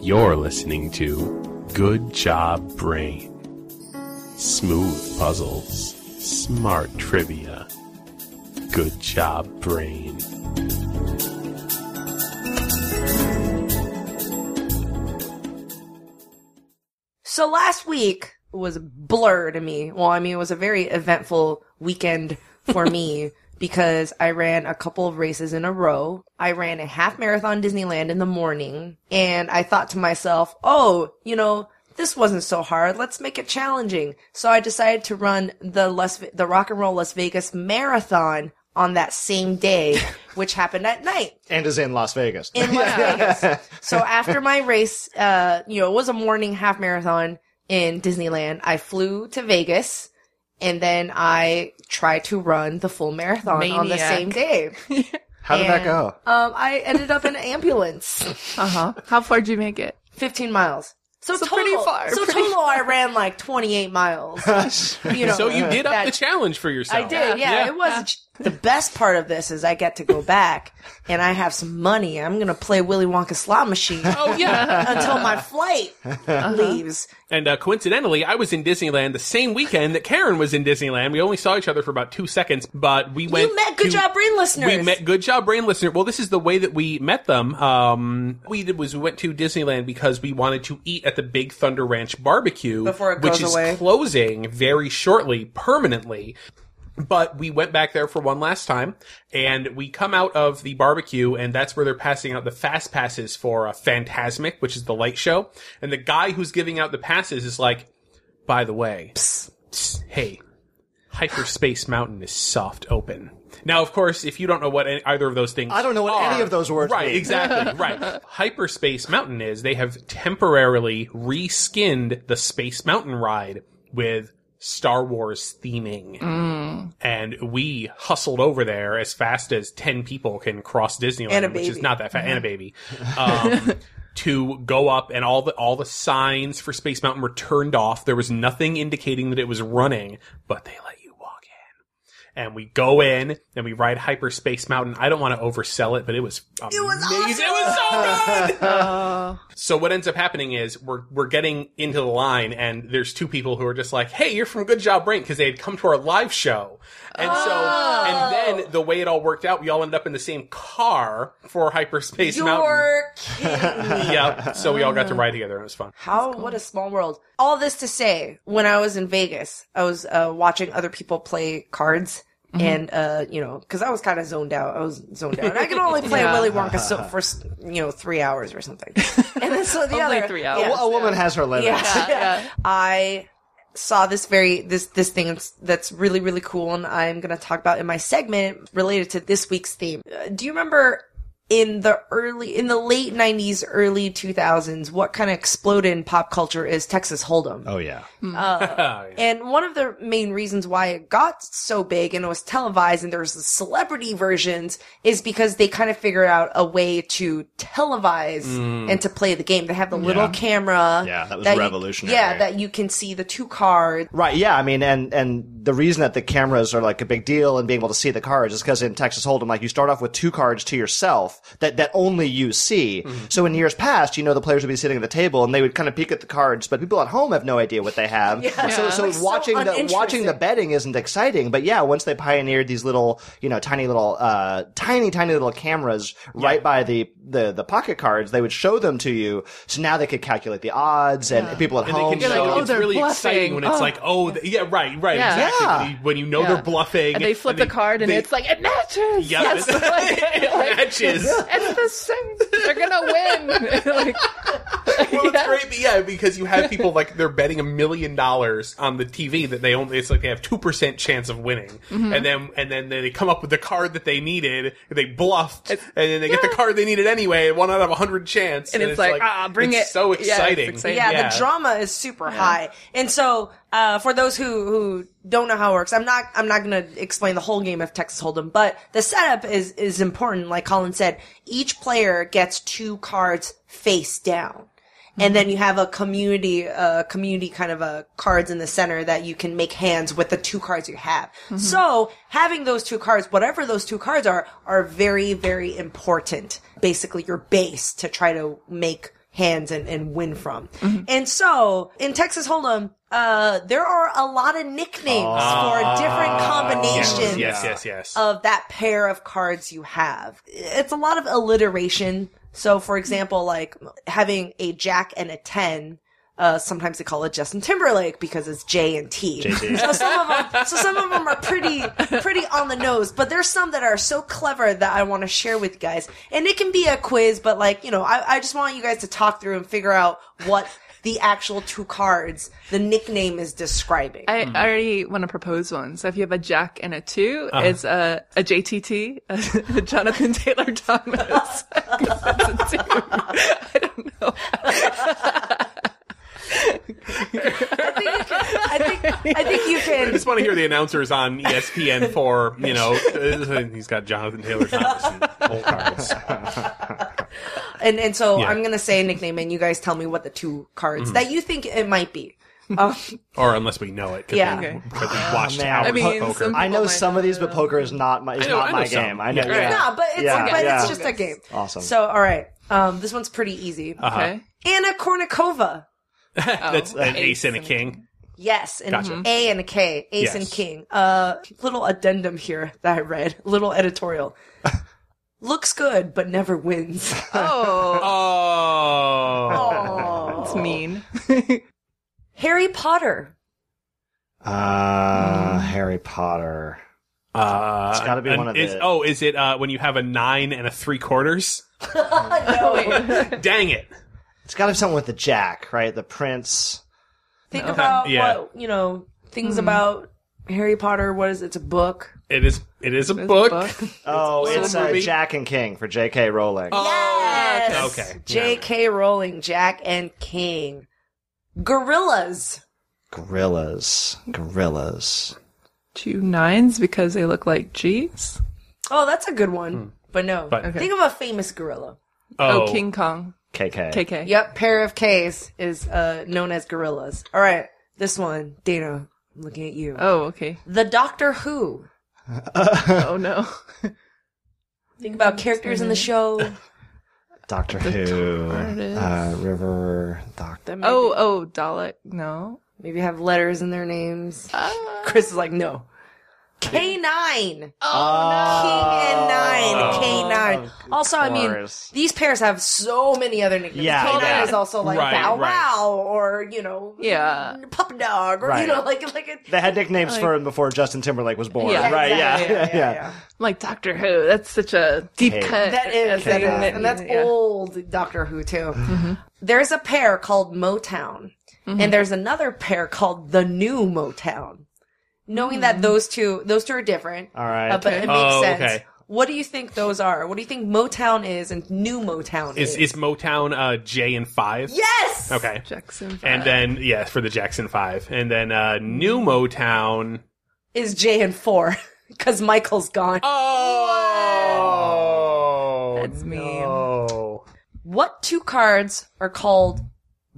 Speaker 8: You're listening to Good Job Brain. Smooth puzzles, smart trivia. Good Job Brain.
Speaker 2: So last week was a blur to me. Well, I mean, it was a very eventful weekend for me because I ran a couple of races in a row. I ran a half marathon Disneyland in the morning and I thought to myself, oh, you know, this wasn't so hard. Let's make it challenging. So I decided to run the Las, the Rock and Roll Las Vegas Marathon on that same day, which happened at night
Speaker 3: And is in Las Vegas.
Speaker 2: in Las Vegas. So after my race, uh, you know, it was a morning half marathon in Disneyland. I flew to Vegas and then I try to run the full marathon on the
Speaker 4: Maniac.
Speaker 2: same day.
Speaker 3: How did that
Speaker 2: And,
Speaker 3: go?
Speaker 2: Um, I ended up in an ambulance,
Speaker 4: Uh huh. How far did you make it?
Speaker 2: 15 miles. So,
Speaker 4: So
Speaker 2: total,
Speaker 4: pretty far,
Speaker 2: So
Speaker 4: pretty
Speaker 2: total, I ran like 28 miles. you know, uh,
Speaker 5: So you did up
Speaker 2: that-
Speaker 5: the challenge for yourself.
Speaker 2: I did,
Speaker 5: Yeah.
Speaker 2: yeah. It was the best part of this is I get to go back and I have some money. I'm gonna play Willy Wonka slot machine
Speaker 5: Oh yeah.
Speaker 2: until my flight leaves.
Speaker 5: and uh, coincidentally, I was in Disneyland the same weekend that Karen was in Disneyland. We only saw each other for about two seconds, but we went.
Speaker 2: you met good
Speaker 5: to-
Speaker 2: job brain listeners.
Speaker 5: We met good job brain listener. Well, this is the way that we met them. Um, we did was we went to Disneyland because we wanted to eat at the Big Thunder Ranch barbecue
Speaker 2: Before it
Speaker 5: which
Speaker 2: goes
Speaker 5: is
Speaker 2: away.
Speaker 5: closing very shortly, permanently. But we went back there for one last time, and we come out of the barbecue, and that's where they're passing out the fast passes for uh, Fantasmic, which is the light show. And the guy who's giving out the passes is like, by the way, psst, hey, Hyperspace Mountain is soft open. Now, of course, if you don't know what any, either of those things
Speaker 3: I don't know what
Speaker 5: are-
Speaker 3: any of those words
Speaker 5: Right,
Speaker 3: mean.
Speaker 5: exactly. right. Hyperspace Mountain is they have temporarily reskinned the Space Mountain ride with Star Wars theming.
Speaker 3: Mm.
Speaker 5: And we hustled over there as fast as 10 people can cross Disneyland,
Speaker 2: And a
Speaker 5: which is
Speaker 2: baby. Mm-hmm.
Speaker 5: not that fast, and a baby. Um, to go up and all the all the signs for Space Mountain were turned off. There was nothing indicating that it was running, but they let you walk in. And we go in and we ride Hyperspace Mountain. I don't want to oversell it, but it was amazing. It was, so good. so what ends up happening is we're we're getting into the line and there's two people who are just like, "Hey, you're from Good Job Brink" because they had come to our live show. And so and then the way it all worked out, we all ended up in the same car for Hyperspace Mountain.
Speaker 2: You're kidding me.
Speaker 5: Yep. So we all got to ride together. and It was fun.
Speaker 2: How what a small world. All this to say, when I was in Vegas, I was uh, watching other people play cards. And uh, you know, because I was kind of zoned out. I was zoned out. I could only play Willy Wonka so for s- you know three hours or something. And then so the
Speaker 4: Only
Speaker 2: other
Speaker 4: three
Speaker 3: A
Speaker 4: hours.
Speaker 3: wo- a woman has her limits.
Speaker 2: Yeah. I saw this very this this thing that's- that's really really cool, and I'm gonna talk about in my segment related to this week's theme. Uh, Do you remember? In the early, in the late '90s, early 2000s, what kind of exploded in pop culture is Texas Hold'em?
Speaker 3: Oh yeah.
Speaker 2: And one of the main reasons why it got so big and it was televised and there was the celebrity versions is because they kind of figured out a way to televise and to play the game. They have the little camera.
Speaker 9: Mm. Yeah, that was
Speaker 2: you-
Speaker 9: revolutionary.
Speaker 2: yeah, that you can see the two cards.
Speaker 3: Right, yeah, I mean, and and the reason that the cameras are like a big deal and being able to see the cards is because in Texas Hold'em, like you start off with two cards to yourself that that only you see.
Speaker 5: Mm-hmm.
Speaker 3: So in years past, you know, the players would be sitting at the table and they would kind of peek at the cards, but people at home have no idea what they have. So so watching
Speaker 2: so
Speaker 3: the watching the
Speaker 2: uninteresting.
Speaker 3: betting isn't exciting, but yeah, once they pioneered these little, you know, tiny little, uh, tiny tiny little cameras right by the the the pocket cards, they would show them to you. So now they could calculate the odds and people at
Speaker 5: And
Speaker 3: home.
Speaker 5: they can
Speaker 4: You're
Speaker 5: show
Speaker 4: like, oh,
Speaker 5: it's
Speaker 4: they're
Speaker 5: really
Speaker 4: bluffing.
Speaker 5: exciting when it's
Speaker 4: Oh.
Speaker 5: like, oh, th- yeah, right, right,
Speaker 4: Yeah.
Speaker 5: exactly.
Speaker 3: Yeah.
Speaker 5: When you, when you know
Speaker 4: Yeah.
Speaker 5: Oh, they're bluffing,
Speaker 4: And they flip the card and it's like, it matches.
Speaker 5: Yep,
Speaker 4: Yes.
Speaker 5: it-
Speaker 4: Like,
Speaker 5: it
Speaker 4: like,
Speaker 5: matches.
Speaker 4: It's the same. They're going to win. like,
Speaker 5: well, it's
Speaker 4: Yeah.
Speaker 5: great, but yeah, because you have people like they're betting a million dollars on the TV that they only it's like they have two percent chance of winning,
Speaker 4: Mm-hmm.
Speaker 5: and then and then they come up with the card that they needed, they bluffed, and then they get the card they needed anyway, one out of a hundred chance,
Speaker 4: And it's like, ah, bring
Speaker 5: it's
Speaker 4: it.
Speaker 5: so
Speaker 4: Yeah, it's
Speaker 5: exciting,
Speaker 4: exciting.
Speaker 2: Yeah, the drama is super high. And so, uh, for those who, who don't know how it works, I'm not, I'm not gonna explain the whole game of Texas Hold'em, but the setup is, is important. Like Colin said, each player gets two cards face down. And then you have a community, uh, community kind of a cards in the center that you can make hands with the two cards you have. So having those two cards, whatever those two cards are, are very, very important. Basically your base to try to make hands and, and win from. And so in Texas Hold'em, uh, there are a lot of nicknames for different combinations
Speaker 5: Ah. yes, yes, yes, yes.
Speaker 2: of that pair of cards you have. It's a lot of alliteration. So, for example, like having a jack and a 10. Uh, sometimes they call it Justin Timberlake because it's J and T. So some of them, so some of them are pretty, pretty on the nose. But there's some that are so clever that I want to share with you guys. And it can be a quiz, but like you know, I, I just want you guys to talk through and figure out what the actual two cards, the nickname is describing.
Speaker 4: I, I already want to propose one. So if you have a jack and a 2
Speaker 5: Uh-huh.
Speaker 4: it's a, a JTT, a, Jonathan Taylor Thomas. 'Cause that's a two. I don't know.
Speaker 2: I think, I think, I think you can
Speaker 5: just want to hear the announcers on E ESPN for you know he's got Jonathan Taylor Thomas and Cole Cards.
Speaker 2: And and so
Speaker 5: Yeah.
Speaker 2: I'm gonna say a nickname, and you guys tell me what the two cards that you think it might be. Um,
Speaker 5: or unless we know it. 'cause
Speaker 2: Yeah.
Speaker 5: we-
Speaker 4: Okay.
Speaker 5: 'cause we've watched
Speaker 3: Oh, man.
Speaker 5: hours
Speaker 3: I
Speaker 5: of
Speaker 4: mean,
Speaker 5: poker.
Speaker 4: some-
Speaker 3: I know
Speaker 2: Oh
Speaker 4: People
Speaker 3: some
Speaker 4: might
Speaker 3: of these,
Speaker 4: know.
Speaker 3: but poker is not my, is
Speaker 5: I know-
Speaker 3: not
Speaker 5: I know
Speaker 3: my
Speaker 5: some.
Speaker 3: game. I know.
Speaker 5: Yeah.
Speaker 3: Yeah.
Speaker 2: No, but it's
Speaker 3: Yeah,
Speaker 2: but
Speaker 3: yeah.
Speaker 2: it's just a game.
Speaker 3: Awesome.
Speaker 2: So all right, um, this one's pretty easy.
Speaker 4: Okay.
Speaker 2: Anna Kournikova.
Speaker 5: That's
Speaker 4: Oh,
Speaker 5: an ace and a king.
Speaker 2: Yes, and
Speaker 5: Gotcha.
Speaker 2: A and a K, ace
Speaker 5: Yes.
Speaker 2: and king. Uh, little addendum here that I read, little editorial. Looks good, but never wins.
Speaker 4: Oh,
Speaker 5: Oh,
Speaker 2: Oh,
Speaker 4: that's mean.
Speaker 2: Harry Potter.
Speaker 3: Uh, Harry Potter.
Speaker 5: uh,
Speaker 3: It's gotta be
Speaker 5: an-
Speaker 3: one of
Speaker 5: is,
Speaker 3: the-
Speaker 5: Oh, is it uh, when you have a nine and a three quarters? Dang it!
Speaker 3: It's got to have something with the jack, right? The prince.
Speaker 2: Think about
Speaker 5: Yeah.
Speaker 2: what you know. Things about Harry Potter. What is it? It's a book.
Speaker 5: It is. It is a
Speaker 4: This
Speaker 5: book.
Speaker 4: book.
Speaker 3: Oh,
Speaker 5: also
Speaker 3: it's
Speaker 5: a
Speaker 3: uh,
Speaker 5: movie.
Speaker 3: Jack and King for J.K. Rowling.
Speaker 5: Oh.
Speaker 2: Yes.
Speaker 5: okay.
Speaker 2: J.K. Rowling, Jack and King, gorillas.
Speaker 3: Gorillas. Gorillas.
Speaker 4: Two nines because they look like G's.
Speaker 2: Oh, that's a good one. But no,
Speaker 5: Hmm. But-
Speaker 4: Okay.
Speaker 2: think of a famous gorilla.
Speaker 4: Oh, King Kong.
Speaker 3: KK.
Speaker 4: KK.
Speaker 2: Yep, pair of K's is uh, known as gorillas. All right, this one, Dana. I'm looking at you.
Speaker 4: Oh, okay.
Speaker 2: the Doctor Who.
Speaker 4: Oh no.
Speaker 2: Think about characters in the show.
Speaker 3: Doctor Who. Uh, River. Doctor.
Speaker 2: That maybe,
Speaker 4: Oh, oh, Dalek. No.
Speaker 2: maybe have letters in their names. Chris is like, no. Uh. K nine. Oh, King and
Speaker 5: Oh.
Speaker 2: nine. K nine. Also, I mean,
Speaker 3: Oh, course.
Speaker 2: these pairs have so many other nicknames.
Speaker 3: Yeah,
Speaker 2: K nine
Speaker 3: yeah.
Speaker 2: is also like
Speaker 5: Right,
Speaker 2: Bow
Speaker 5: right.
Speaker 2: Wow or you know,
Speaker 4: Yeah.
Speaker 2: Pup Dog or
Speaker 3: Right.
Speaker 2: you know, like like. A,
Speaker 3: They had nicknames for him before Justin Timberlake was born.
Speaker 4: Yeah,
Speaker 3: right.
Speaker 2: exactly.
Speaker 3: Yeah. Yeah. yeah.
Speaker 4: Like Doctor Who. That's such a deep
Speaker 3: Hey.
Speaker 4: cut.
Speaker 2: That is, that
Speaker 4: thing
Speaker 2: is, and that's
Speaker 4: yeah.
Speaker 2: old Doctor Who too. There's a pair called Motown, and there's another pair called the New Motown. Knowing that those two, those two are different,
Speaker 3: All right.
Speaker 2: uh, but it makes
Speaker 5: Oh,
Speaker 2: sense.
Speaker 5: okay.
Speaker 2: What do you think those are? What do you think Motown is and New Motown is?
Speaker 5: Is is Motown uh, J and five?
Speaker 2: yes.
Speaker 5: Okay.
Speaker 4: Jackson.
Speaker 5: And then yeah, for the Jackson Five, and then uh, New Motown.
Speaker 2: Is J and four because Michael's gone.
Speaker 5: Oh,
Speaker 4: That's mean.
Speaker 3: Oh.
Speaker 5: no.
Speaker 2: What two cards are called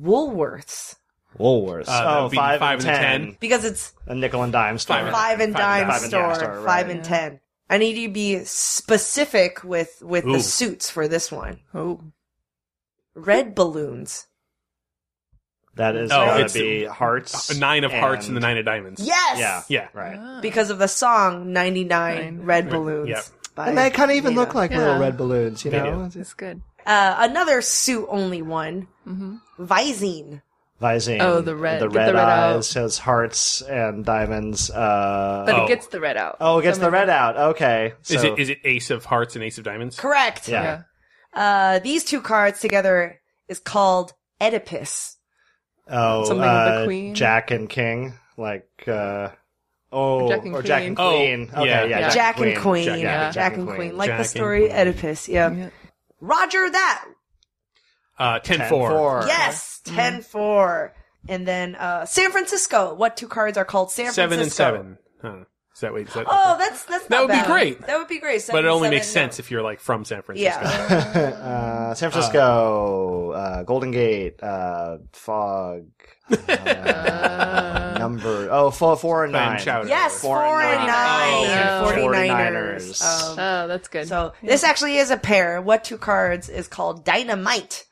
Speaker 2: Woolworths?
Speaker 3: Woolworths.
Speaker 5: Uh, that
Speaker 3: oh,
Speaker 5: would be
Speaker 3: five,
Speaker 5: five
Speaker 3: and
Speaker 5: and
Speaker 3: ten.
Speaker 5: ten.
Speaker 2: Because it's
Speaker 3: A nickel and dime store.
Speaker 5: Five and-
Speaker 2: five and dime
Speaker 5: five and
Speaker 2: store,
Speaker 5: dime
Speaker 3: store, right.
Speaker 2: five and ten. I need you to be specific with with
Speaker 5: Ooh.
Speaker 2: the suits for this one.
Speaker 4: Oh.
Speaker 2: Red balloons.
Speaker 3: That is
Speaker 5: Oh,
Speaker 3: going
Speaker 5: it's-
Speaker 3: to be hearts.
Speaker 5: A nine of hearts and the
Speaker 3: and-
Speaker 5: nine of diamonds.
Speaker 2: Yes.
Speaker 3: Yeah.
Speaker 5: Yeah.
Speaker 3: Right.
Speaker 2: Because of the song "99
Speaker 4: Nine.
Speaker 2: Red Balloons."
Speaker 5: Yep.
Speaker 2: by
Speaker 3: And they kind of even
Speaker 2: Nina.
Speaker 3: look like
Speaker 4: Yeah.
Speaker 3: little red balloons, you
Speaker 5: They
Speaker 3: know?
Speaker 4: That's good.
Speaker 2: uh, another suit only one. Visine.
Speaker 3: Visine.
Speaker 4: Oh, the red-
Speaker 3: The
Speaker 4: get the
Speaker 3: red,
Speaker 4: red out.
Speaker 3: eyes has hearts and diamonds. Uh,
Speaker 4: But
Speaker 5: Oh.
Speaker 4: it gets the red out.
Speaker 3: oh, it gets the red out. Okay.
Speaker 5: Is
Speaker 3: so-
Speaker 5: it is it Ace of Hearts and Ace of Diamonds?
Speaker 2: Correct.
Speaker 3: Yeah.
Speaker 4: Yeah.
Speaker 2: Uh, these two cards together is called Oedipus.
Speaker 3: Oh,
Speaker 4: Something with the
Speaker 3: uh,
Speaker 4: queen?
Speaker 3: Jack and King. Like, uh, oh, or Jack and, Queen.
Speaker 5: Oh,
Speaker 3: Okay,
Speaker 5: yeah.
Speaker 3: yeah.
Speaker 5: Yeah.
Speaker 2: Jack and Queen.
Speaker 5: Jack-
Speaker 4: yeah,
Speaker 2: Jack and Queen. Like
Speaker 5: Jack
Speaker 2: the
Speaker 5: and
Speaker 2: story Oedipus. Yeah.
Speaker 4: Yeah.
Speaker 2: Roger that.
Speaker 5: Uh, ten,
Speaker 3: Ten,
Speaker 5: four.
Speaker 3: four.
Speaker 2: Yes,
Speaker 5: Mm-hmm.
Speaker 2: 10 4. And then uh, San Francisco. What two cards are called San
Speaker 5: Seven and
Speaker 2: Francisco?
Speaker 5: seven. Huh. Is that wait? Is that,
Speaker 2: Oh, that's that's
Speaker 5: That
Speaker 2: not
Speaker 5: would be
Speaker 2: bad.
Speaker 5: great.
Speaker 2: That would be great.
Speaker 5: but
Speaker 2: Seven
Speaker 5: it only
Speaker 2: and
Speaker 5: makes
Speaker 2: seven,
Speaker 5: sense if you're like from San
Speaker 2: no.
Speaker 5: Francisco.
Speaker 2: Yeah.
Speaker 3: uh, San Francisco, uh, Golden Gate, uh, Fog, uh, number, oh, four, four and
Speaker 5: Clam
Speaker 3: nine.
Speaker 5: chowder.
Speaker 2: yes,
Speaker 3: Four
Speaker 2: four,
Speaker 3: and
Speaker 2: and nine.
Speaker 4: nine. Oh,
Speaker 2: Forty
Speaker 4: no.
Speaker 2: 49ers.
Speaker 3: 49ers.
Speaker 2: Um,
Speaker 4: Oh, that's good.
Speaker 2: so this actually is a pair. What two cards is called Dynamite?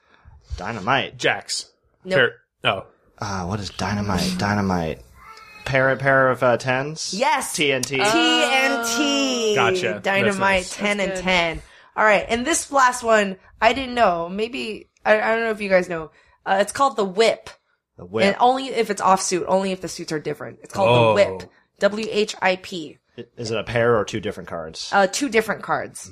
Speaker 3: Dynamite.
Speaker 5: Jacks.
Speaker 2: Nope.
Speaker 5: Pair- Oh,
Speaker 3: Uh, what is dynamite? Dynamite. Pair, pair of uh, tens?
Speaker 2: Yes.
Speaker 3: TNT.
Speaker 2: TNT.
Speaker 5: Oh. Gotcha.
Speaker 2: Dynamite
Speaker 5: That's nice.
Speaker 2: 10 and 10. All right. And this last one, I didn't know. Maybe, I, I don't know if you guys know. Uh, it's called the whip.
Speaker 3: the whip.
Speaker 2: And only if it's off suit, only if the suits are different. It's called
Speaker 5: Oh.
Speaker 2: the whip. W H I P.
Speaker 3: Is it a pair or two different cards?
Speaker 2: Uh, two different cards.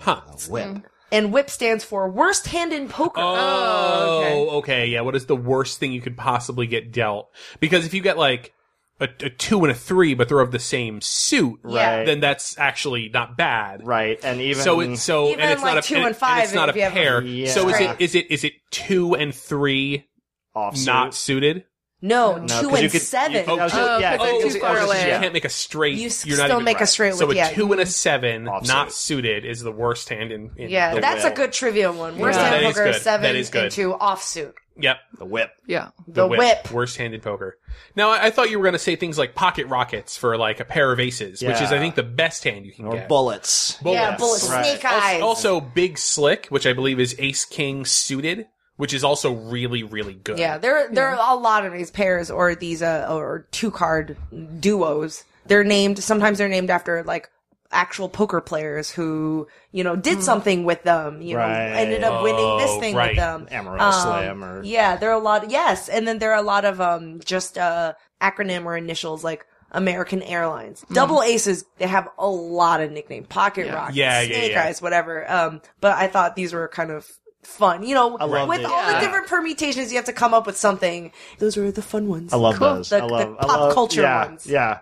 Speaker 5: huh.
Speaker 3: whip.
Speaker 2: And whip stands for worst hand in poker.
Speaker 5: Oh, okay. Yeah. What is the worst thing you could possibly get dealt? Because if you get like a, a two and a three, but they're of the same suit,
Speaker 2: Yeah.
Speaker 5: then that's actually not bad.
Speaker 3: Right, and even
Speaker 5: So it's uh, so
Speaker 2: Even
Speaker 5: and it's
Speaker 2: like
Speaker 5: not a
Speaker 2: two
Speaker 5: and,
Speaker 2: and five
Speaker 5: it's not a
Speaker 2: if you have a-
Speaker 5: pair.
Speaker 3: Yeah.
Speaker 5: So is
Speaker 2: Right.
Speaker 5: it is it is it two and three
Speaker 3: off
Speaker 5: not suited?
Speaker 2: No,
Speaker 3: No,
Speaker 2: two
Speaker 3: 'cause
Speaker 2: and
Speaker 3: you could-
Speaker 2: seven.
Speaker 3: you- I was just-
Speaker 4: Oh,
Speaker 3: yeah,
Speaker 4: 'cause they're
Speaker 3: I was
Speaker 4: too
Speaker 3: just-
Speaker 4: far
Speaker 3: I was just-
Speaker 4: away.
Speaker 5: You
Speaker 3: yeah.
Speaker 5: can't make a straight.
Speaker 2: You
Speaker 5: are
Speaker 2: s-
Speaker 5: not
Speaker 2: still
Speaker 5: even
Speaker 2: make a
Speaker 5: right.
Speaker 2: straight
Speaker 5: So a
Speaker 2: with- yeah.
Speaker 5: two and a seven,
Speaker 3: Offsuit.
Speaker 5: not suited, is the worst hand in. in
Speaker 2: yeah,
Speaker 5: the
Speaker 2: that's
Speaker 3: whip.
Speaker 2: a good trivia one. Worst
Speaker 4: Yeah.
Speaker 2: hand
Speaker 5: That is
Speaker 2: poker
Speaker 5: good.
Speaker 2: seven
Speaker 5: That is good.
Speaker 2: and two offsuit.
Speaker 5: Yep.
Speaker 3: The whip.
Speaker 4: Yeah.
Speaker 2: The, whip.
Speaker 5: Worst handed poker. Now, I, I thought you were going to say things like pocket rockets for like a pair of aces, which is, I
Speaker 3: Yeah.
Speaker 5: think, the best hand you can
Speaker 3: Or
Speaker 5: get.
Speaker 3: bullets.
Speaker 2: Yeah,
Speaker 5: Bullets.
Speaker 2: bullet
Speaker 3: Right.
Speaker 2: snake
Speaker 5: Als-
Speaker 2: eyes.
Speaker 5: Also, Big Slick, which I believe is Ace King suited, which is also really, really good.
Speaker 2: yeah, there there are a lot of these pairs or these uh or two card duos. They're named sometimes they're named after like actual poker players who you know did something with them. You
Speaker 3: Right.
Speaker 2: know, ended up winning this
Speaker 5: Hmm. Oh,
Speaker 2: thing
Speaker 5: right.
Speaker 2: with them. Um,
Speaker 3: Amaral Slam or
Speaker 2: Yeah, there are a lot. Yes, and then there are a lot of um just uh acronym or initials like American Airlines, Double Aces. They have a lot of nickname, Pocket Rockets,
Speaker 5: Hmm. Yeah, yeah,
Speaker 2: Snake
Speaker 5: yeah.
Speaker 2: Eyes, whatever. Um, but I thought these were kind of fun. You know,
Speaker 3: love
Speaker 2: with
Speaker 3: it.
Speaker 2: all the
Speaker 4: Yeah.
Speaker 2: different permutations, you have to come up with something. Those were the fun ones.
Speaker 3: I love
Speaker 4: Cool.
Speaker 3: those.
Speaker 2: The-
Speaker 3: I love
Speaker 2: the
Speaker 3: I love-
Speaker 2: pop culture
Speaker 3: yeah,
Speaker 2: ones.
Speaker 3: Yeah.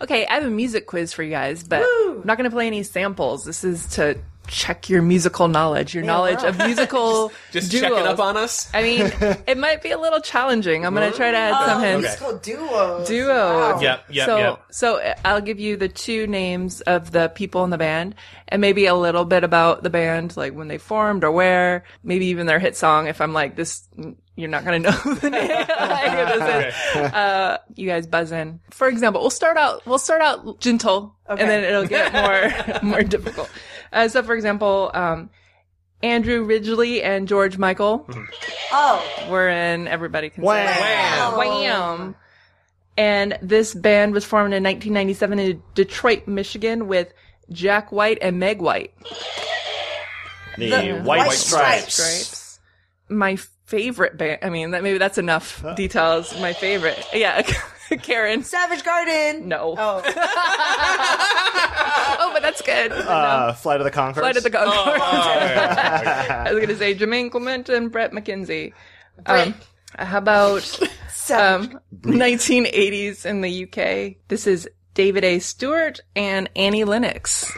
Speaker 4: Okay, I have a music quiz for you guys, but
Speaker 2: Woo!
Speaker 4: I'm not going to play any samples. This is to check your musical knowledge, your knowledge of musical
Speaker 5: Just
Speaker 4: duos.
Speaker 5: checking up on us.
Speaker 4: I mean, it might be a little challenging. I'm going to try to
Speaker 2: Uh,
Speaker 4: add some hints.
Speaker 5: okay.
Speaker 2: Musical duos.
Speaker 4: Duo.
Speaker 2: Wow.
Speaker 5: Yep, yep,
Speaker 4: so,
Speaker 5: yep.
Speaker 4: so I'll give you the two names of the people in the band, and maybe a little bit about the band, like when they formed or where, maybe even their hit song. If I'm like this, you're not gonna know the name. like, if this is- uh, you guys buzz in. For example, we'll start out. We'll start out gentle,
Speaker 2: Okay.
Speaker 4: and then it'll get more more difficult. Uh, so, for example, um, Andrew Ridgely and George Michael
Speaker 2: Mm. Oh,
Speaker 4: were in Everybody Can
Speaker 3: Wham.
Speaker 4: Sing.
Speaker 5: Wham.
Speaker 4: Wham! And this band was formed in 1997 in Detroit, Michigan, with Jack White and Meg White.
Speaker 3: The,
Speaker 2: The
Speaker 3: white,
Speaker 2: White
Speaker 3: stripes.
Speaker 4: Stripes. My favorite band. I mean, that maybe that's enough details. My favorite. Yeah, Karen.
Speaker 2: Savage Garden.
Speaker 4: No. Oh,
Speaker 2: Oh,
Speaker 4: but that's good.
Speaker 3: Uh, Flight of the Conchords.
Speaker 4: Flight of the Conchords.
Speaker 5: Oh,
Speaker 4: I was going to say Jermaine Clement and Brett McKenzie. Um, how about
Speaker 2: Savage.
Speaker 4: um, 1980s in the UK. This is David A. Stewart and Annie Lennox.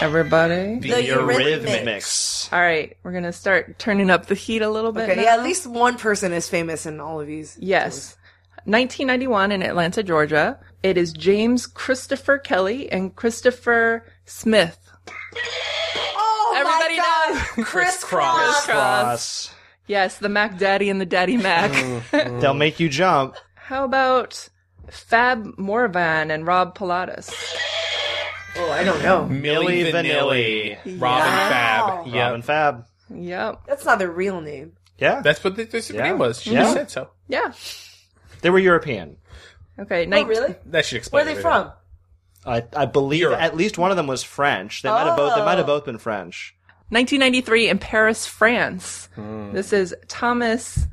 Speaker 4: Everybody.
Speaker 2: the
Speaker 3: Eurythmics.
Speaker 4: All right, we're gonna start turning up the heat a little bit.
Speaker 2: okay,
Speaker 4: now.
Speaker 2: yeah. At least one person is famous in all of these.
Speaker 4: Yes. 1991 in Atlanta, Georgia. It is James Christopher Kelly and Christopher Smith.
Speaker 2: Oh
Speaker 4: Everybody
Speaker 2: my God.
Speaker 4: knows.
Speaker 2: Chris
Speaker 5: Cross.
Speaker 2: Cross.
Speaker 3: Cross.
Speaker 4: Yes, the Mac Daddy and the Daddy Mac.
Speaker 5: Mm.
Speaker 3: They'll make you jump.
Speaker 4: How about Fab Morvan and Rob Pilatus?
Speaker 2: Oh, I don't
Speaker 4: Mm.
Speaker 2: know.
Speaker 5: Millie
Speaker 3: Milli
Speaker 5: Vanilli, Robin
Speaker 2: Wow.
Speaker 5: Fab. Yeah,
Speaker 3: Robin Fab.
Speaker 4: Yep.
Speaker 2: That's not their real name.
Speaker 3: Yeah.
Speaker 5: that's what the, that's what the
Speaker 3: Yeah.
Speaker 5: name was. She
Speaker 3: Yeah.
Speaker 5: just said so.
Speaker 4: Yeah.
Speaker 3: they were European.
Speaker 4: Okay.
Speaker 2: Oh,
Speaker 4: 19-
Speaker 2: really?
Speaker 5: That should explain.
Speaker 2: Where are they
Speaker 5: everything.
Speaker 2: from?
Speaker 3: I, I believe
Speaker 5: Europe.
Speaker 3: at least one of them was French. They might have both. They might have both been French.
Speaker 4: 1993 in Paris, France. This is Thomas.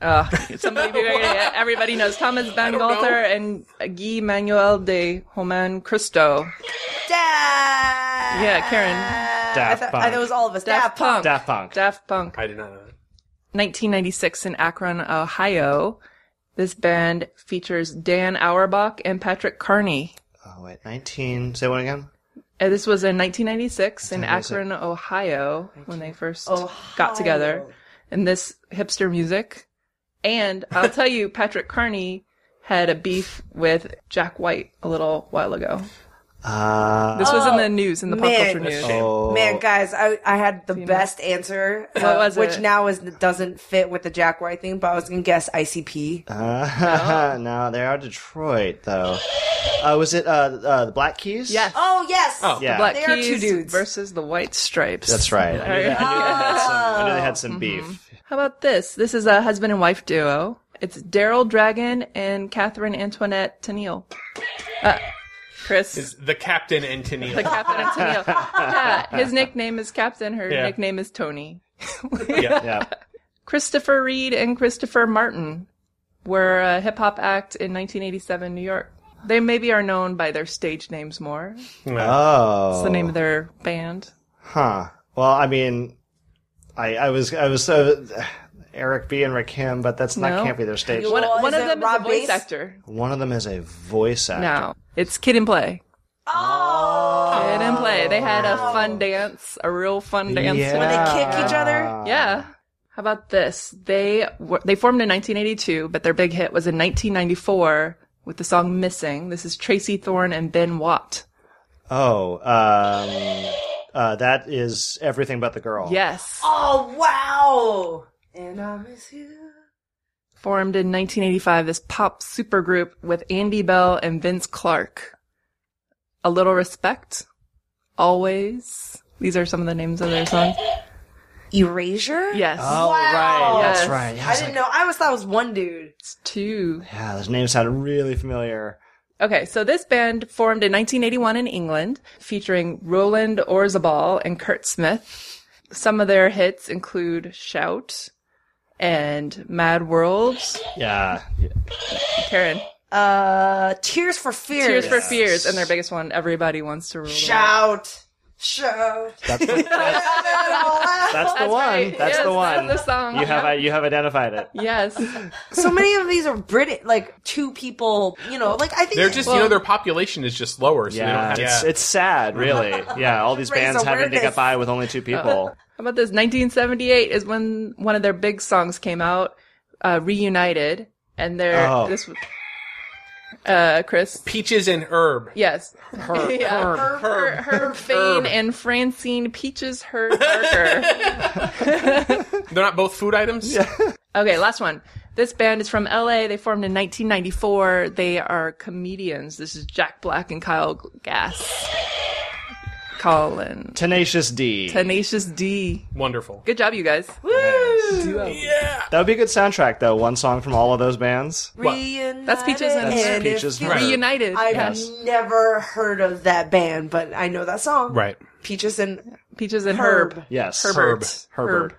Speaker 4: Uh, somebody, everybody knows Thomas Van Galter and Guy Manuel de Roman Christo.
Speaker 2: Daft.
Speaker 4: Yeah, Karen.
Speaker 3: Daft
Speaker 2: I thought, I
Speaker 3: Punk.
Speaker 2: thought it was all of us.
Speaker 4: Daft Punk.
Speaker 3: Daft Punk.
Speaker 4: Daft Punk.
Speaker 5: I did not know that.
Speaker 4: 1996 in Akron, Ohio. This band features Dan Auerbach and Patrick Carney.
Speaker 3: oh wait, nineteen. Say one again.
Speaker 4: Uh, this was in 1996 in Akron, Ohio, when they first got together. And this hipster music. And I'll tell you, Patrick Carney had a beef with Jack White a little while ago.
Speaker 3: Uh,
Speaker 4: This was in the news, in the pop
Speaker 2: Oh, man.
Speaker 4: culture news.
Speaker 3: oh,
Speaker 2: Man, guys, I, I had the best answer, uh,
Speaker 4: What was
Speaker 2: which
Speaker 4: it?
Speaker 2: now is doesn't fit with the Jack White thing, but I was gonna guess ICP.
Speaker 3: uh, no, they are Detroit though. Uh, was it uh, uh, the Black Keys?
Speaker 4: Yes.
Speaker 2: oh yes,
Speaker 5: Oh.
Speaker 3: Yeah.
Speaker 4: Black
Speaker 2: They are two
Speaker 4: Keys
Speaker 2: dudes.
Speaker 4: versus the White Stripes.
Speaker 3: That's right. I knew, they- I knew they had some, I knew they had some beef.
Speaker 4: How about this? This is a husband and wife duo. It's Daryl Dragon and Catherine Antoinette Tennille. Uh, Chris.
Speaker 5: Is the Captain and
Speaker 4: the
Speaker 5: Tennille.
Speaker 4: captain of Tennille. Yeah, his nickname is Captain. Her
Speaker 5: Yeah.
Speaker 4: nickname is Tony.
Speaker 3: Yeah.
Speaker 4: Christopher Reed and Christopher Martin were a hip hop act in 1987 New York. They maybe are known by their stage names more.
Speaker 3: Oh.
Speaker 4: It's the name of their band.
Speaker 3: Huh. Well, I mean, I, I was I was so Eric B and Rakim, but that's not
Speaker 4: No.
Speaker 3: can't be their stage.
Speaker 4: One,
Speaker 2: Well,
Speaker 4: one
Speaker 2: is
Speaker 4: of
Speaker 2: it
Speaker 4: them
Speaker 2: Rob
Speaker 4: is a voice
Speaker 2: Bass?
Speaker 4: actor.
Speaker 3: One of them is a voice actor.
Speaker 4: No, it's Kid and Play.
Speaker 2: Oh,
Speaker 4: Kid and Play. They had a fun dance, a real fun dance.
Speaker 3: Yeah.
Speaker 2: when they kick each other.
Speaker 4: Yeah. How about this? They were, they formed in 1982, but their big hit was in 1994 with the song "Missing." This is Tracy Thorn and Ben Watt.
Speaker 3: Oh, um, uh, that is everything but the girl.
Speaker 4: Yes,
Speaker 2: Oh wow! And I miss you.
Speaker 4: formed in 1985. This pop supergroup with Andy Bell and Vince Clarke. A little respect, always. These are some of the names of their songs.
Speaker 2: Erasure.
Speaker 4: Yes,
Speaker 3: Oh, right. That's
Speaker 4: Yes.
Speaker 3: right. Yeah, I
Speaker 2: I
Speaker 3: was
Speaker 2: didn't
Speaker 3: like,
Speaker 2: know. I always thought it was one dude.
Speaker 4: it's two.
Speaker 3: yeah, those names sounded really familiar.
Speaker 4: Okay, so this band formed in 1981 in England, featuring Roland Orzabal and Kurt Smith. Some of their hits include Shout and Mad World.
Speaker 3: Yeah.
Speaker 4: Karen,
Speaker 2: Uh, Tears for Fears.
Speaker 4: Tears for Fears, and their biggest one, Everybody Wants to Rule the World.
Speaker 2: Shout, shout.
Speaker 3: That's the, that's, that's the one.
Speaker 4: right.
Speaker 3: That's
Speaker 4: Yes,
Speaker 3: the one.
Speaker 4: that's the song.
Speaker 3: You have you have identified it.
Speaker 4: Yes.
Speaker 2: so many of these are British, like two people. You know, like I think
Speaker 5: They're just, you know, their population is just lower, so
Speaker 3: Yeah,
Speaker 5: they don't
Speaker 3: it's
Speaker 5: have.
Speaker 3: it's sad, really. Yeah, all these
Speaker 2: Raise
Speaker 3: bands having to
Speaker 2: awareness.
Speaker 3: get by with only two people.
Speaker 4: How about this? 1978 is when one of their big songs came out, uh, Reunited, and their
Speaker 3: Oh.
Speaker 4: this was uh, Chris.
Speaker 5: Peaches and herb.
Speaker 4: Yes.
Speaker 3: Her,
Speaker 4: Yeah.
Speaker 3: her-
Speaker 4: Herb, Herb Fane and Francine Peaches Herb Barker.
Speaker 5: They're not both food items. Yeah.
Speaker 4: okay, last one. This band is from LA. They formed in 1994. They are comedians. This is Jack Black and Kyle Gass. Colin.
Speaker 3: Tenacious D.
Speaker 4: Tenacious D.
Speaker 5: Wonderful.
Speaker 4: Good job, you guys.
Speaker 3: that would be a good soundtrack, though. One song from all of those bands.
Speaker 2: reunited.
Speaker 4: That's Peaches and
Speaker 3: That's
Speaker 4: Herb.
Speaker 2: if
Speaker 3: Peaches
Speaker 2: you-
Speaker 3: and Herb.
Speaker 4: Reunited.
Speaker 2: I've
Speaker 4: yes.
Speaker 2: never heard of that band, but I know that song.
Speaker 5: Right.
Speaker 2: Peaches and
Speaker 4: Peaches and
Speaker 2: Herb.
Speaker 4: Herb.
Speaker 3: Yes,
Speaker 5: Herbert.
Speaker 3: Herbert.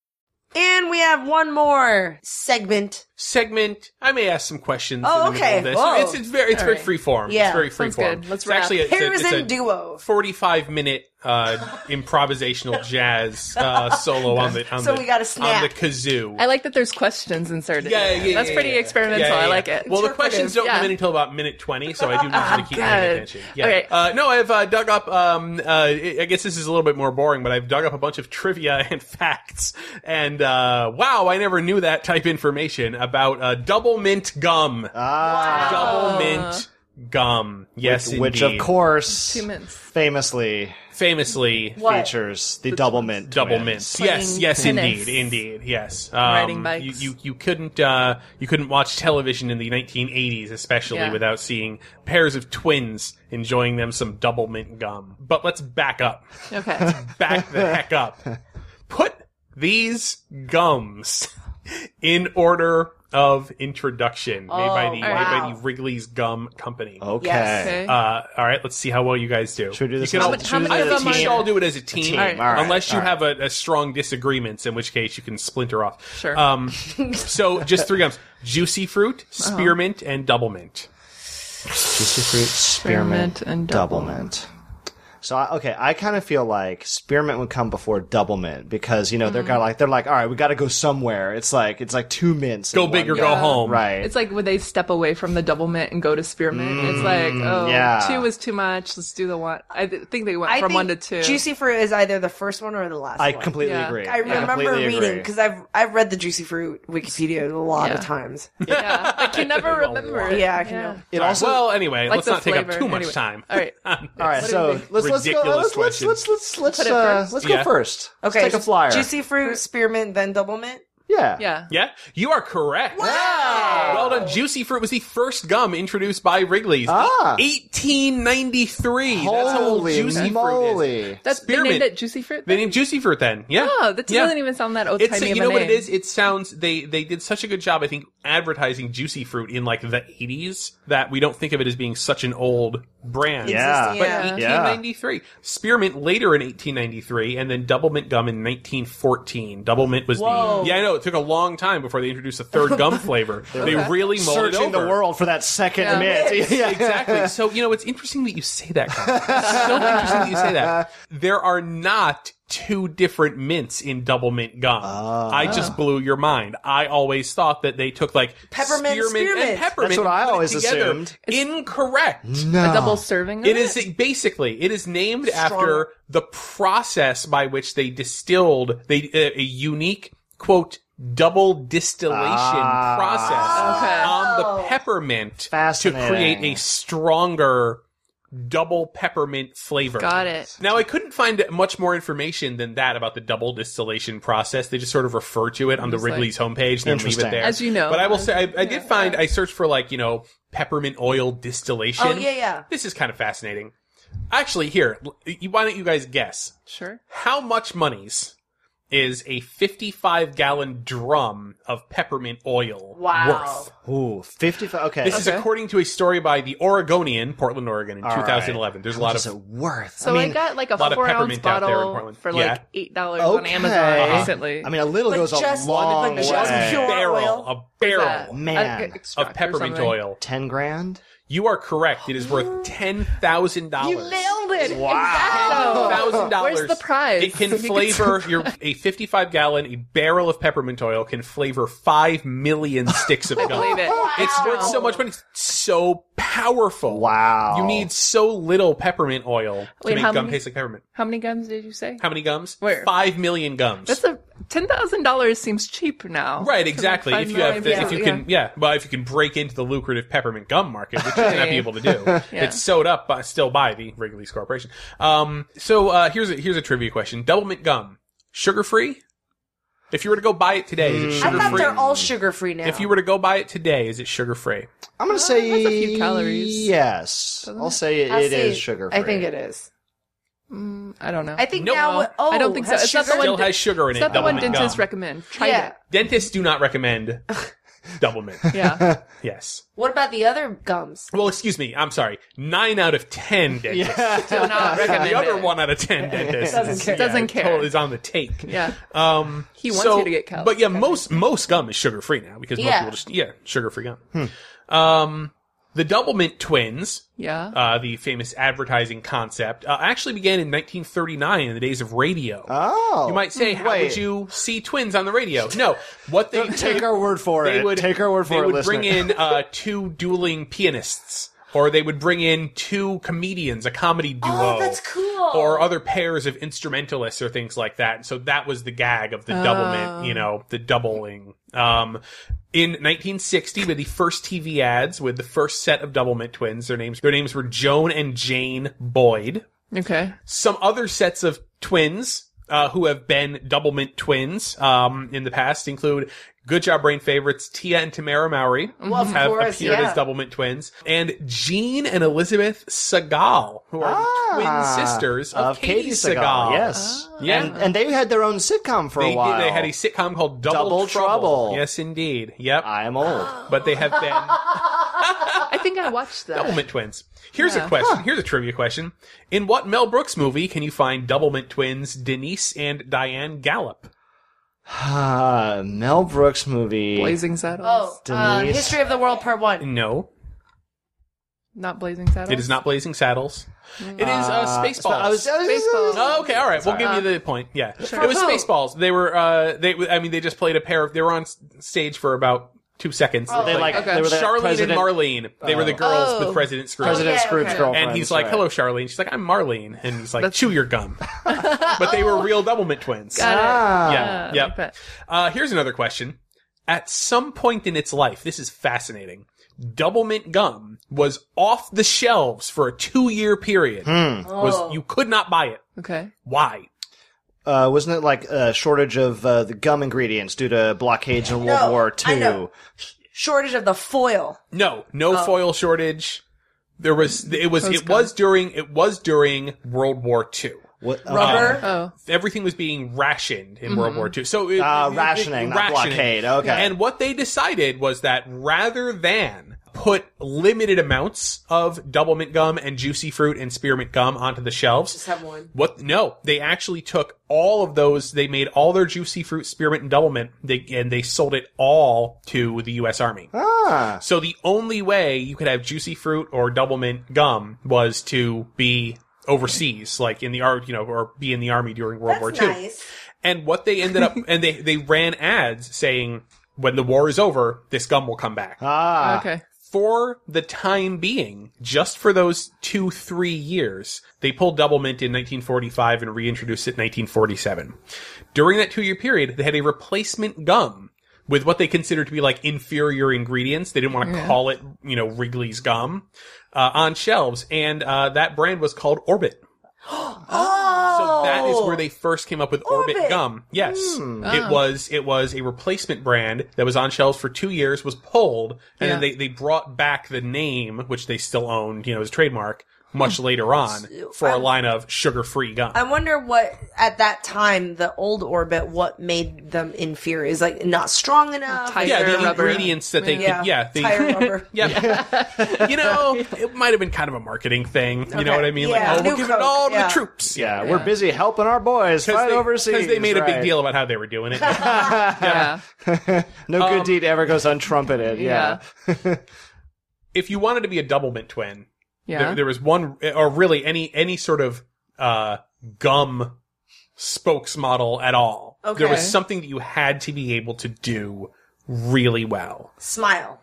Speaker 2: and we have one more segment.
Speaker 5: Segment. I may ask some questions.
Speaker 2: Oh,
Speaker 5: in the middle
Speaker 2: okay.
Speaker 5: of this.
Speaker 2: Whoa.
Speaker 5: It's, it's very it's very free form.
Speaker 2: Yeah.
Speaker 5: It's very free
Speaker 4: Sounds
Speaker 5: form.
Speaker 4: good. Let's
Speaker 5: it's
Speaker 4: wrap.
Speaker 5: actually it's a,
Speaker 2: Pairs
Speaker 5: it's a
Speaker 2: and duo.
Speaker 5: forty-five minute uh, improvisational jazz uh, solo on the on
Speaker 2: So
Speaker 5: the
Speaker 2: we gotta
Speaker 5: on
Speaker 2: snap.
Speaker 5: the kazoo.
Speaker 4: I like that there's questions inserted.
Speaker 5: yeah, yeah,
Speaker 4: in there.
Speaker 5: yeah,
Speaker 4: That's
Speaker 5: yeah,
Speaker 4: pretty
Speaker 5: yeah.
Speaker 4: experimental.
Speaker 5: Yeah, yeah,
Speaker 4: I like
Speaker 5: yeah.
Speaker 4: it.
Speaker 5: Well, the questions don't
Speaker 4: Yeah.
Speaker 5: come in until about minute twenty, so I do need you to keep
Speaker 4: God.
Speaker 5: paying attention. Yeah.
Speaker 4: Okay.
Speaker 5: Uh, no, I've uh, dug up. Um, uh, I I guess this is a little bit more boring, but I've dug up a bunch of trivia and facts. And uh, wow, I never knew that type information about uh, double mint gum.
Speaker 3: Ah,
Speaker 5: Double mint gum. Yes,
Speaker 3: which of
Speaker 5: indeed.
Speaker 3: course,
Speaker 4: Two minutes.
Speaker 3: famously
Speaker 5: famously.
Speaker 2: What?
Speaker 3: features the double mint.
Speaker 5: Double
Speaker 3: twins.
Speaker 5: mint.
Speaker 4: Playing
Speaker 5: Yes, yes,
Speaker 4: tennis.
Speaker 5: indeed, indeed, yes. Um,
Speaker 4: Riding
Speaker 5: You,
Speaker 4: bikes.
Speaker 5: you you couldn't uh, you couldn't watch television in the 1980s, especially
Speaker 4: Yeah.
Speaker 5: without seeing pairs of twins enjoying them some double mint gum. But let's back up,
Speaker 4: Okay.
Speaker 5: back the heck up. Put these gums in order of introduction made by the
Speaker 4: Oh, wow.
Speaker 5: made by the Wrigley's Gum Company.
Speaker 4: Oh,
Speaker 3: Okay.
Speaker 2: Yes.
Speaker 4: okay.
Speaker 5: Uh, all right, let's see how well you guys do.
Speaker 3: Should we do this
Speaker 5: You
Speaker 3: as
Speaker 5: can
Speaker 3: a-
Speaker 5: all-
Speaker 3: How
Speaker 4: many-
Speaker 5: I
Speaker 4: how
Speaker 5: think
Speaker 4: many-
Speaker 5: we should all do it as a team,
Speaker 3: team, all right,
Speaker 5: unless you
Speaker 3: all right.
Speaker 5: have a, a strong disagreements, in which case you can splinter off.
Speaker 4: Sure.
Speaker 5: Um, so just three gums: juicy fruit,
Speaker 4: Uh-huh.
Speaker 5: spearmint, and double mint.
Speaker 3: Juicy fruit, spearmint,
Speaker 4: Spearmint and
Speaker 3: double,
Speaker 4: double
Speaker 3: mint. So I, okay, I kind of feel like spearmint would come before double mint because you know they're kind of like they're like all right, we got to go somewhere. It's like it's like two mints.
Speaker 5: Go
Speaker 3: in
Speaker 5: big
Speaker 3: one
Speaker 5: or go
Speaker 3: go.
Speaker 5: home.
Speaker 3: Right.
Speaker 4: It's like when they step away from the double mint and go to spearmint.
Speaker 5: Mm,
Speaker 4: it's like, oh,
Speaker 3: yeah.
Speaker 4: two is too much. Let's do the one. I th- think they went
Speaker 2: I
Speaker 4: from
Speaker 2: think
Speaker 4: one to two.
Speaker 2: Juicy Fruit is either the first one or the last.
Speaker 3: I
Speaker 2: one.
Speaker 3: completely
Speaker 4: Yeah.
Speaker 3: agree.
Speaker 2: I remember
Speaker 3: completely
Speaker 2: reading
Speaker 3: agree.
Speaker 2: because I've I've read the Juicy Fruit Wikipedia a lot of
Speaker 4: Yeah.
Speaker 2: times.
Speaker 4: Yeah, I can never remember it.
Speaker 2: Yeah, I can know.
Speaker 3: It
Speaker 5: All right,
Speaker 3: also
Speaker 5: well, anyway, let's
Speaker 4: Like the
Speaker 5: not take up
Speaker 4: flavor.
Speaker 5: too much
Speaker 4: Anyway.
Speaker 5: time.
Speaker 4: All right.
Speaker 3: all right. So let's let's go.
Speaker 5: Ridiculous
Speaker 3: Let's let's
Speaker 5: question.
Speaker 3: let's let's let's
Speaker 4: Put it
Speaker 3: uh,
Speaker 4: first?
Speaker 3: let's
Speaker 5: Yeah.
Speaker 3: go first. Let's
Speaker 2: Okay,
Speaker 3: take a flyer.
Speaker 2: Juicy Fruit, Spearmint, then Double Mint.
Speaker 3: Yeah.
Speaker 4: Yeah.
Speaker 5: Yeah, you are correct. Wow! Well done. Juicy Fruit was the first gum introduced by Wrigley's.
Speaker 3: Ah.
Speaker 5: 1893. That's how old
Speaker 3: Holy
Speaker 5: Juicy Fruit is.
Speaker 3: moly!
Speaker 4: That's, they
Speaker 5: Spearmint.
Speaker 4: named it Juicy Fruit?
Speaker 5: They named Juicy Fruit then. Yeah.
Speaker 4: Oh, that
Speaker 5: Yeah.
Speaker 4: doesn't even sound that old
Speaker 5: It's
Speaker 4: timey
Speaker 5: you
Speaker 4: of a
Speaker 5: know what
Speaker 4: name.
Speaker 5: it is. It sounds they they did such a good job. I think advertising Juicy Fruit in like the 80s that we don't think of it as being such an old brand.
Speaker 3: Yeah.
Speaker 5: But
Speaker 4: Yeah.
Speaker 5: 1893. Spearmint later in 1893, and then Double Mint gum in 1914. Double Mint was
Speaker 2: Whoa.
Speaker 5: the yeah, I know it took a long time before they introduced a third gum flavor. They really mulled it
Speaker 3: Searching the
Speaker 5: over.
Speaker 3: world for that second mint. Yeah.
Speaker 5: exactly. So you know, it's interesting that you say that. Colin. It's so interesting that you say that. There are not two different mints in double mint gum.
Speaker 3: Ah.
Speaker 5: I just blew your mind. I always thought that they took like
Speaker 2: Peppermint,
Speaker 5: spearmint,
Speaker 2: spearmint.
Speaker 5: and peppermint.
Speaker 3: That's what I
Speaker 5: and put it
Speaker 3: always
Speaker 5: together.
Speaker 3: assumed.
Speaker 5: Incorrect.
Speaker 4: A double serving. Of
Speaker 5: It is basically it is named after the process by which they distilled they uh, a unique quote double distillation
Speaker 3: Ah.
Speaker 5: process
Speaker 4: Okay.
Speaker 5: on the peppermint to
Speaker 3: Fascinating.
Speaker 5: create a stronger double peppermint flavor.
Speaker 4: Got it.
Speaker 5: Now I couldn't find much more information than that about the double distillation process. They just sort of refer to it on the
Speaker 4: Just like-
Speaker 5: Wrigley's homepage and then leave it
Speaker 3: Interesting.
Speaker 5: there.
Speaker 4: As you know.
Speaker 5: But I will say I, I did find I searched for like, you know, peppermint oil distillation.
Speaker 2: Oh, yeah, yeah.
Speaker 5: This is kind of fascinating. Actually, here, l- you- why don't you guys guess?
Speaker 4: Sure.
Speaker 5: How much monies is a 55 gallon drum of peppermint oil
Speaker 2: Wow.
Speaker 5: worth?
Speaker 3: Ooh, 55. Okay.
Speaker 5: This is according to a story by the Oregonian, Portland, Oregon, in
Speaker 3: All right.
Speaker 5: 2011. There's a
Speaker 3: How
Speaker 5: lot
Speaker 3: much
Speaker 5: of
Speaker 3: is it worth?
Speaker 4: So I,
Speaker 3: mean,
Speaker 4: got like a
Speaker 5: lot of
Speaker 4: four ounce
Speaker 5: peppermint out there in
Speaker 4: bottle
Speaker 5: Portland.
Speaker 4: for
Speaker 5: Yeah. Uh-huh.
Speaker 4: like eight dollars on
Speaker 3: okay. Uh-huh.
Speaker 4: Amazon recently.
Speaker 3: I mean, a little
Speaker 2: But
Speaker 3: goes
Speaker 2: just-
Speaker 3: a long
Speaker 2: but
Speaker 3: way.
Speaker 2: just pure-
Speaker 5: barrel,
Speaker 2: oil.
Speaker 5: a
Speaker 4: That-
Speaker 5: barrel
Speaker 3: man.
Speaker 4: uh, extract
Speaker 5: of
Speaker 4: or
Speaker 5: peppermint
Speaker 4: something.
Speaker 5: oil.
Speaker 3: Ten grand.
Speaker 5: You are correct. It is worth ten thousand dollars.
Speaker 4: Nailed it.
Speaker 3: Wow.
Speaker 5: Thousand dollars.
Speaker 4: Where's the prize?
Speaker 5: It can
Speaker 4: You get
Speaker 5: flavor your a fifty-five gallon a barrel of peppermint oil can flavor five million sticks of gum.
Speaker 4: Believe it.
Speaker 5: It's worth so much, but it's so powerful.
Speaker 3: Wow.
Speaker 5: You need so little peppermint oil
Speaker 4: Wait,
Speaker 5: to make
Speaker 4: how
Speaker 5: gum
Speaker 4: many-
Speaker 5: taste like peppermint.
Speaker 4: How many gums did you say?
Speaker 5: How many gums?
Speaker 4: Where?
Speaker 5: Five million gums.
Speaker 4: That's a ten thousand dollars seems cheap now.
Speaker 5: Right, exactly.
Speaker 4: Five
Speaker 5: If you have,
Speaker 4: million
Speaker 5: the, if
Speaker 4: people,
Speaker 5: you can, yeah. well, if you can break into the lucrative peppermint gum market, which you're not be able to do, it's sewed up by, still by the Wrigley's Corporation. Um, so uh, here's a here's a trivia question: Double mint gum, sugar free. If you were to go buy it today, is it
Speaker 2: I
Speaker 5: sugar
Speaker 2: thought
Speaker 5: free?
Speaker 2: they're all sugar free now.
Speaker 5: if you were to go buy it today, is it sugar free?
Speaker 3: I'm gonna say
Speaker 4: Uh, that's a few calories.
Speaker 3: Yes, I'll say
Speaker 2: I'll
Speaker 3: it
Speaker 2: see.
Speaker 3: is sugar free.
Speaker 2: I think it is.
Speaker 4: Mm, I don't know.
Speaker 2: I think
Speaker 5: Nope.
Speaker 2: now.
Speaker 5: No,
Speaker 2: Oh,
Speaker 4: I don't think so.
Speaker 2: has
Speaker 4: It's not the
Speaker 2: sugar-
Speaker 4: one.
Speaker 5: Still has sugar in
Speaker 4: it's
Speaker 5: it,
Speaker 4: not the
Speaker 5: double
Speaker 4: one
Speaker 5: mint
Speaker 4: dentists
Speaker 5: gum.
Speaker 4: recommend. Try
Speaker 2: Yeah.
Speaker 5: Dentists do not recommend double mint.
Speaker 4: it. Yeah.
Speaker 5: Yes.
Speaker 2: What about the other gums?
Speaker 5: Well, excuse me. I'm sorry. Nine out of ten dentists
Speaker 4: Do not recommend
Speaker 5: the other
Speaker 4: it.
Speaker 5: one out of ten dentists
Speaker 2: Doesn't care.
Speaker 4: Doesn't care.
Speaker 5: totally is on the take.
Speaker 4: Yeah.
Speaker 5: Um,
Speaker 4: He wants
Speaker 5: so-
Speaker 4: you to get calories.
Speaker 5: But yeah, most most gum is sugar free now because most
Speaker 2: Yeah.
Speaker 5: people just yeah sugar free gum. Um, the Double Mint Twins,
Speaker 4: Yeah.
Speaker 5: uh, the famous advertising concept, uh, actually began in 1939 in the days of radio.
Speaker 3: Oh,
Speaker 5: you might say, how would
Speaker 3: wait.
Speaker 5: you see twins on the radio? No, what they
Speaker 3: Take our word for
Speaker 5: they
Speaker 3: it.
Speaker 5: would
Speaker 3: Take our word for
Speaker 5: they
Speaker 3: it.
Speaker 5: would
Speaker 3: listener.
Speaker 5: bring in uh, two dueling pianists, or they would bring in two comedians, a comedy duo.
Speaker 2: Oh, that's cool.
Speaker 5: Or other pairs of instrumentalists or things like that. And so that was the gag of the doublemint, you know, the doubling. Um, in 1960, with the first TV ads with the first set of doublemint twins, their names their names were Joan and Jane Boyd
Speaker 4: okay.
Speaker 5: some other sets of twins uh, who have been double mint twins um, in the past include good job brain favorites tia and tamara Mowry
Speaker 2: of
Speaker 5: have
Speaker 2: course,
Speaker 5: appeared
Speaker 2: yeah.
Speaker 5: as double mint twins and jean and elizabeth segal who are
Speaker 3: Ah,
Speaker 5: the twin sisters of,
Speaker 3: Katie
Speaker 5: Segal.
Speaker 3: Sagal. Yes,
Speaker 5: yeah
Speaker 3: and, and they had their own sitcom for
Speaker 5: they,
Speaker 3: a while.
Speaker 5: they had a sitcom called double,
Speaker 3: Double Trouble.
Speaker 5: yes indeed yep
Speaker 3: I'm old.
Speaker 5: but they have been
Speaker 4: I think I watched that.
Speaker 5: Doublemint twins. Here's a question. Here's a trivia question. In what Mel Brooks movie can you find Doublemint twins Denise and Diane Gallup?
Speaker 3: Uh, Mel Brooks movie.
Speaker 4: Blazing Saddles.
Speaker 2: Oh, uh,
Speaker 3: Denise.
Speaker 2: History of the World Part One.
Speaker 5: No,
Speaker 4: Not Blazing Saddles.
Speaker 5: it is not Blazing Saddles. It is uh, Spaceballs.
Speaker 3: I was, I was-
Speaker 4: Baseball.
Speaker 5: Oh, okay, all right. We'll give you the point. Yeah, it was Spaceballs. They were. Uh, they. I mean, they just played a pair of. They were on s- stage for about two seconds.
Speaker 3: Oh, they like
Speaker 4: Okay.
Speaker 3: they were like
Speaker 5: Charlene
Speaker 3: president,
Speaker 5: and Marlene. They were the girls
Speaker 4: Oh.
Speaker 5: with President Scrooge.
Speaker 3: President
Speaker 2: Okay,
Speaker 3: Scrooge's
Speaker 2: okay.
Speaker 3: girlfriend.
Speaker 5: and he's like,
Speaker 3: right.
Speaker 5: "Hello, Charlene." She's like, "I'm Marlene," and he's like, "Chew your gum." but they were real Doublemint twins.
Speaker 4: Got it.
Speaker 3: Ah.
Speaker 5: yeah,
Speaker 4: I
Speaker 5: yeah.
Speaker 4: like that.
Speaker 5: Uh, here's another question. At some point in its life, this is fascinating. Double mint gum was off the shelves for a two-year period. Was you could not buy it.
Speaker 4: Okay.
Speaker 5: Why?
Speaker 3: Uh, wasn't it like a shortage of uh, the gum ingredients due to blockades in World
Speaker 2: No,
Speaker 3: War
Speaker 2: I
Speaker 3: II?
Speaker 2: know. Shortage of the foil.
Speaker 5: No, no foil shortage. There was it was it was during it was during World War II.
Speaker 3: What, uh,
Speaker 2: Rubber.
Speaker 4: Oh.
Speaker 5: everything was being rationed in
Speaker 2: Mm-hmm.
Speaker 5: World War II. So it,
Speaker 3: Ah,
Speaker 5: it- it-
Speaker 3: rationing, not blockade. Okay.
Speaker 5: And what they decided was that rather than put limited amounts of double mint gum and juicy fruit and spearmint gum onto the shelves,
Speaker 2: Just have one.
Speaker 5: what? No, they actually took all of those. They made all their juicy fruit, spearmint, and double mint, they, and they sold it all to the U.S. Army.
Speaker 3: Ah,
Speaker 5: So the only way you could have juicy fruit or double mint gum was to be overseas, like in the art, you know, or be in the army during World
Speaker 2: That's
Speaker 5: War II.
Speaker 2: nice.
Speaker 5: And what they ended up, and they they ran ads saying, "When the war is over, this gum will come back."
Speaker 3: ah.
Speaker 4: Okay.
Speaker 5: for the time being, just for those two, three years, they pulled double mint in 1945 and reintroduced it in 1947. During that two year period, they had a replacement gum with what they considered to be like inferior ingredients. They didn't want to call it, you know, Wrigley's gum uh, on shelves. And uh, that brand was called Orbit. So that is where they first came up with Orbit,
Speaker 2: Orbit.
Speaker 5: gum. Um, Yes,
Speaker 3: Hmm.
Speaker 2: Oh.
Speaker 5: it was it was a replacement brand that was on shelves for two years, was pulled, and then
Speaker 4: Yeah.
Speaker 5: they they brought back the name, which they still owned, you know, as a trademark, much
Speaker 2: Oh.
Speaker 5: later on for a line of sugar free gum.
Speaker 2: uh, I wonder what at that time the old orbit what made them inferior is like not strong enough.
Speaker 4: Tighter
Speaker 5: yeah, the
Speaker 4: rubber.
Speaker 5: ingredients that they
Speaker 2: yeah,
Speaker 5: could, yeah, they,
Speaker 2: tire rubber.
Speaker 5: yeah. you know, it might have been kind of a marketing thing. You know what I mean?
Speaker 2: Yeah,
Speaker 5: Like, oh,
Speaker 2: New
Speaker 5: we'll give
Speaker 2: Coke,
Speaker 5: it all to
Speaker 2: yeah.
Speaker 5: the troops.
Speaker 3: Yeah, we're busy helping our boys
Speaker 5: Because
Speaker 3: fight
Speaker 5: they, 'cause
Speaker 3: overseas.
Speaker 5: they made a big
Speaker 3: right.
Speaker 5: deal about how they were doing it.
Speaker 4: Yeah.
Speaker 3: No good deed ever goes untrumpeted. Yeah.
Speaker 5: if you wanted to be a double mint twin,
Speaker 4: Yeah.
Speaker 5: there, there was one, or really any any sort of uh, gum spokesmodel at all. There
Speaker 2: Okay.
Speaker 5: was something that you had to be able to do really well.
Speaker 2: Smile.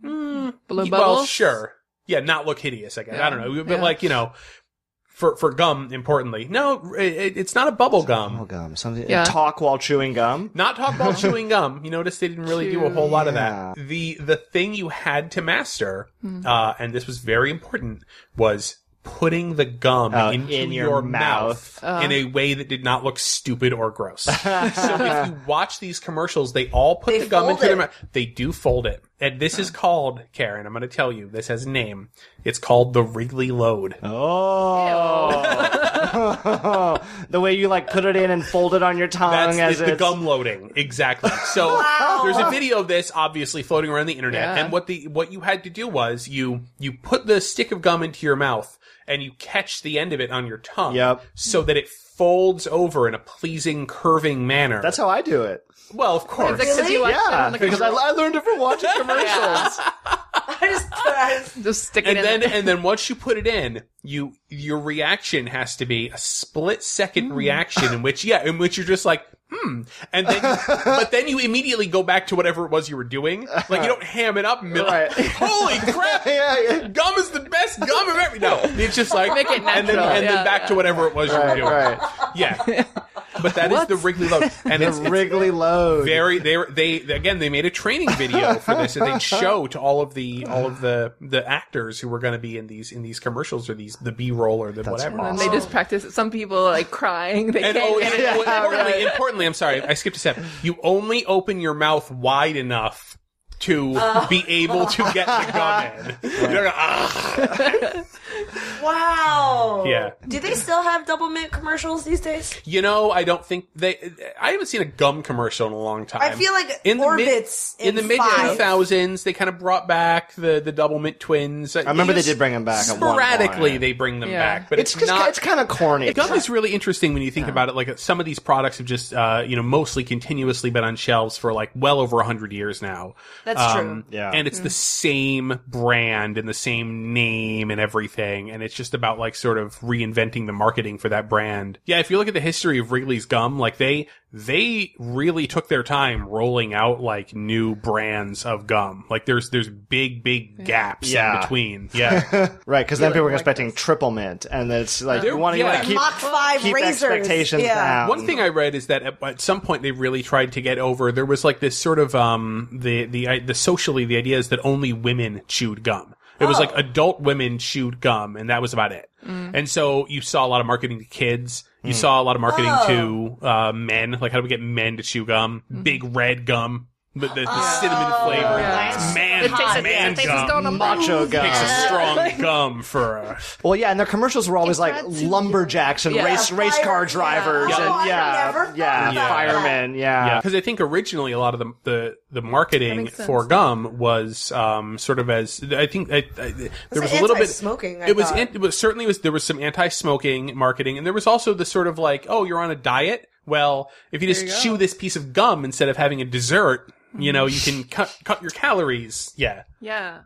Speaker 4: Blow bubbles.
Speaker 5: Well, sure, yeah, not look hideous. I guess I don't know, but
Speaker 4: Yeah.
Speaker 5: like you know, for for gum, importantly, no, it, it's not a bubble gum.
Speaker 3: Oh, gum. Something.
Speaker 4: Yeah.
Speaker 3: Talk while chewing gum.
Speaker 5: Not talk about chewing gum. You notice they didn't really do a whole lot of that. The the thing you had to master,
Speaker 2: Hmm.
Speaker 5: uh, and this was very important, was putting the gum
Speaker 3: Oh,
Speaker 5: into
Speaker 3: in your
Speaker 5: your, mouth, in
Speaker 2: Uh.
Speaker 5: a way that did not look stupid or gross. so if you watch these commercials, they all put
Speaker 2: They
Speaker 5: the gum
Speaker 2: fold
Speaker 5: into their
Speaker 2: it.
Speaker 5: mouth. They do fold it. And this is called, Karen, I'm going to tell you, this has a name. It's called the Wrigley Load.
Speaker 3: Oh. the way you like put it in and fold it on your tongue
Speaker 5: That's
Speaker 3: as
Speaker 5: the, the
Speaker 3: it's
Speaker 5: gum loading exactly. So there's a video of this obviously floating around the internet,
Speaker 4: Yeah.
Speaker 5: and what the what you had to do was you you put the stick of gum into your mouth and you catch the end of it on your tongue,
Speaker 3: Yep.
Speaker 5: so that it folds over in a pleasing curving manner.
Speaker 3: That's how I do it.
Speaker 5: well, of course.
Speaker 4: Because you watch it
Speaker 3: Yeah,
Speaker 4: on the
Speaker 3: because I,
Speaker 4: commercial.
Speaker 3: I learned it from watching commercials.
Speaker 2: I just, I just
Speaker 4: just stick it
Speaker 5: and
Speaker 4: in.
Speaker 5: then
Speaker 4: there.
Speaker 5: and then once you put it in, you your reaction has to be a split second reaction in which yeah, in which you're just like hmm, and then but then you immediately go back to whatever it was you were doing. Like you don't ham it up. Middle,
Speaker 3: Right.
Speaker 5: Holy crap!
Speaker 3: Yeah, yeah.
Speaker 5: Gum is the best gum I've ever. No, it's just like
Speaker 4: Make it
Speaker 5: and then
Speaker 4: natural.
Speaker 5: and
Speaker 4: Yeah,
Speaker 5: then back
Speaker 4: yeah.
Speaker 5: to whatever it was you were
Speaker 3: right,
Speaker 5: doing.
Speaker 3: right.
Speaker 5: Yeah, but that is the Wrigley load, and it's,
Speaker 3: The Wrigley load.
Speaker 5: very they were they again they made a training video for this and they'd show to all of the all of the the actors who were going to be in these in these commercials or these the b-roll or the whatever
Speaker 4: And they just practice. Some people like crying. They
Speaker 5: and
Speaker 4: can't
Speaker 5: oh,
Speaker 4: get
Speaker 5: and-
Speaker 4: it.
Speaker 5: oh, importantly, importantly, I'm sorry, I skipped a step. You only open your mouth wide enough to be able to get the gum in. You're not gonna, "Ah."
Speaker 2: wow.
Speaker 5: Yeah.
Speaker 2: Do they still have double mint commercials these days?
Speaker 5: You know, I don't think they. I haven't seen a gum commercial in a long time.
Speaker 2: I feel like
Speaker 5: mid-
Speaker 2: Orbit's
Speaker 5: in, the
Speaker 2: in
Speaker 5: mid
Speaker 2: five.
Speaker 5: two thousands, they kind of brought back the the double mint twins. I
Speaker 3: remember they did bring 'em back at one
Speaker 5: Sporadically,
Speaker 3: point.
Speaker 5: they bring them
Speaker 4: Yeah.
Speaker 5: back, but
Speaker 3: It's
Speaker 5: it's,
Speaker 3: just
Speaker 5: not.
Speaker 3: it's kind of corny.
Speaker 5: Gum is really interesting when you think about it. Like some of these products have just, uh, you know, mostly continuously been on shelves for like well over hundred years now. Um,
Speaker 2: That's true. Mm.
Speaker 3: Yeah.
Speaker 5: And it's the same brand and the same name and everything. And it's just about like sort of reinventing the marketing for that brand. Yeah. If you look at the history of Wrigley's gum, like they, they really took their time rolling out like new brands of gum. Like there's, there's big, big gaps
Speaker 3: Yeah.
Speaker 5: in between. Yeah.
Speaker 3: Right, because then people were expecting triple mint, and it's like
Speaker 5: There-
Speaker 3: you want to
Speaker 5: yeah.
Speaker 3: keep,
Speaker 2: Mach 5
Speaker 3: keep
Speaker 2: razors.
Speaker 3: expectations
Speaker 2: Yeah.
Speaker 3: down.
Speaker 5: One thing I read is that at, at some point they really tried to get over. There was like this sort of um the the I- the socially the idea is that only women chewed gum. It
Speaker 2: Oh.
Speaker 5: was like adult women chewed gum, and that was about it.
Speaker 2: Mm.
Speaker 5: And so you saw a lot of marketing to kids. You
Speaker 2: Oh. Mm-hmm.
Speaker 5: saw a lot of marketing to uh, men. Like, how do we get men to chew gum? Big red gum. But the, the cinnamon flavor,
Speaker 2: Yeah.
Speaker 5: man,
Speaker 2: Oh. It tastes-
Speaker 5: man
Speaker 2: it tastes
Speaker 5: gum.
Speaker 3: Macho guy.
Speaker 5: Takes a strong gum for a.
Speaker 3: Well, yeah, and their commercials were always like lumberjacks and
Speaker 10: Yeah.
Speaker 3: race race car drivers
Speaker 2: Yeah. Oh, I
Speaker 3: and yeah,
Speaker 2: never thought
Speaker 3: yeah,
Speaker 5: about
Speaker 3: firemen, yeah.
Speaker 5: Yeah, because I think originally a lot of the the, the marketing
Speaker 10: makes sense.
Speaker 5: for gum was um, sort of as I think I, I, there was a little bit
Speaker 2: anti-smoking, I
Speaker 5: It was,
Speaker 2: thought.
Speaker 5: an- it was certainly was there was some anti-smoking marketing, and there was also the sort of like, oh, you're on a diet. Well, if you just chew this piece of gum instead of having a dessert, you know, you can cut cut your calories. Yeah,
Speaker 10: Yeah.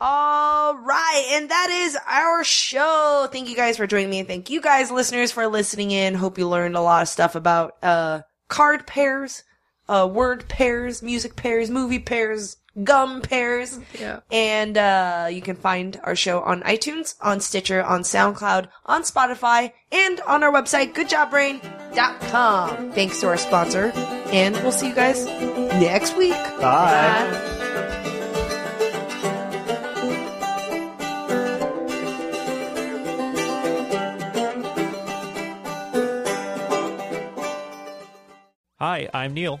Speaker 2: All right, and that is our show. Thank you guys for joining me, and thank you guys, listeners, for listening in. Hope you learned a lot of stuff about uh, card pairs, uh, word pairs, music pairs, movie pairs, gum pairs.
Speaker 10: Yeah.
Speaker 2: And uh, you can find our show on iTunes, on Stitcher, on SoundCloud, on Spotify, and on our website, goodjobbrain.com. Thanks to our sponsor, and we'll see you guys next week.
Speaker 3: Bye.
Speaker 11: Hi, I'm Neil,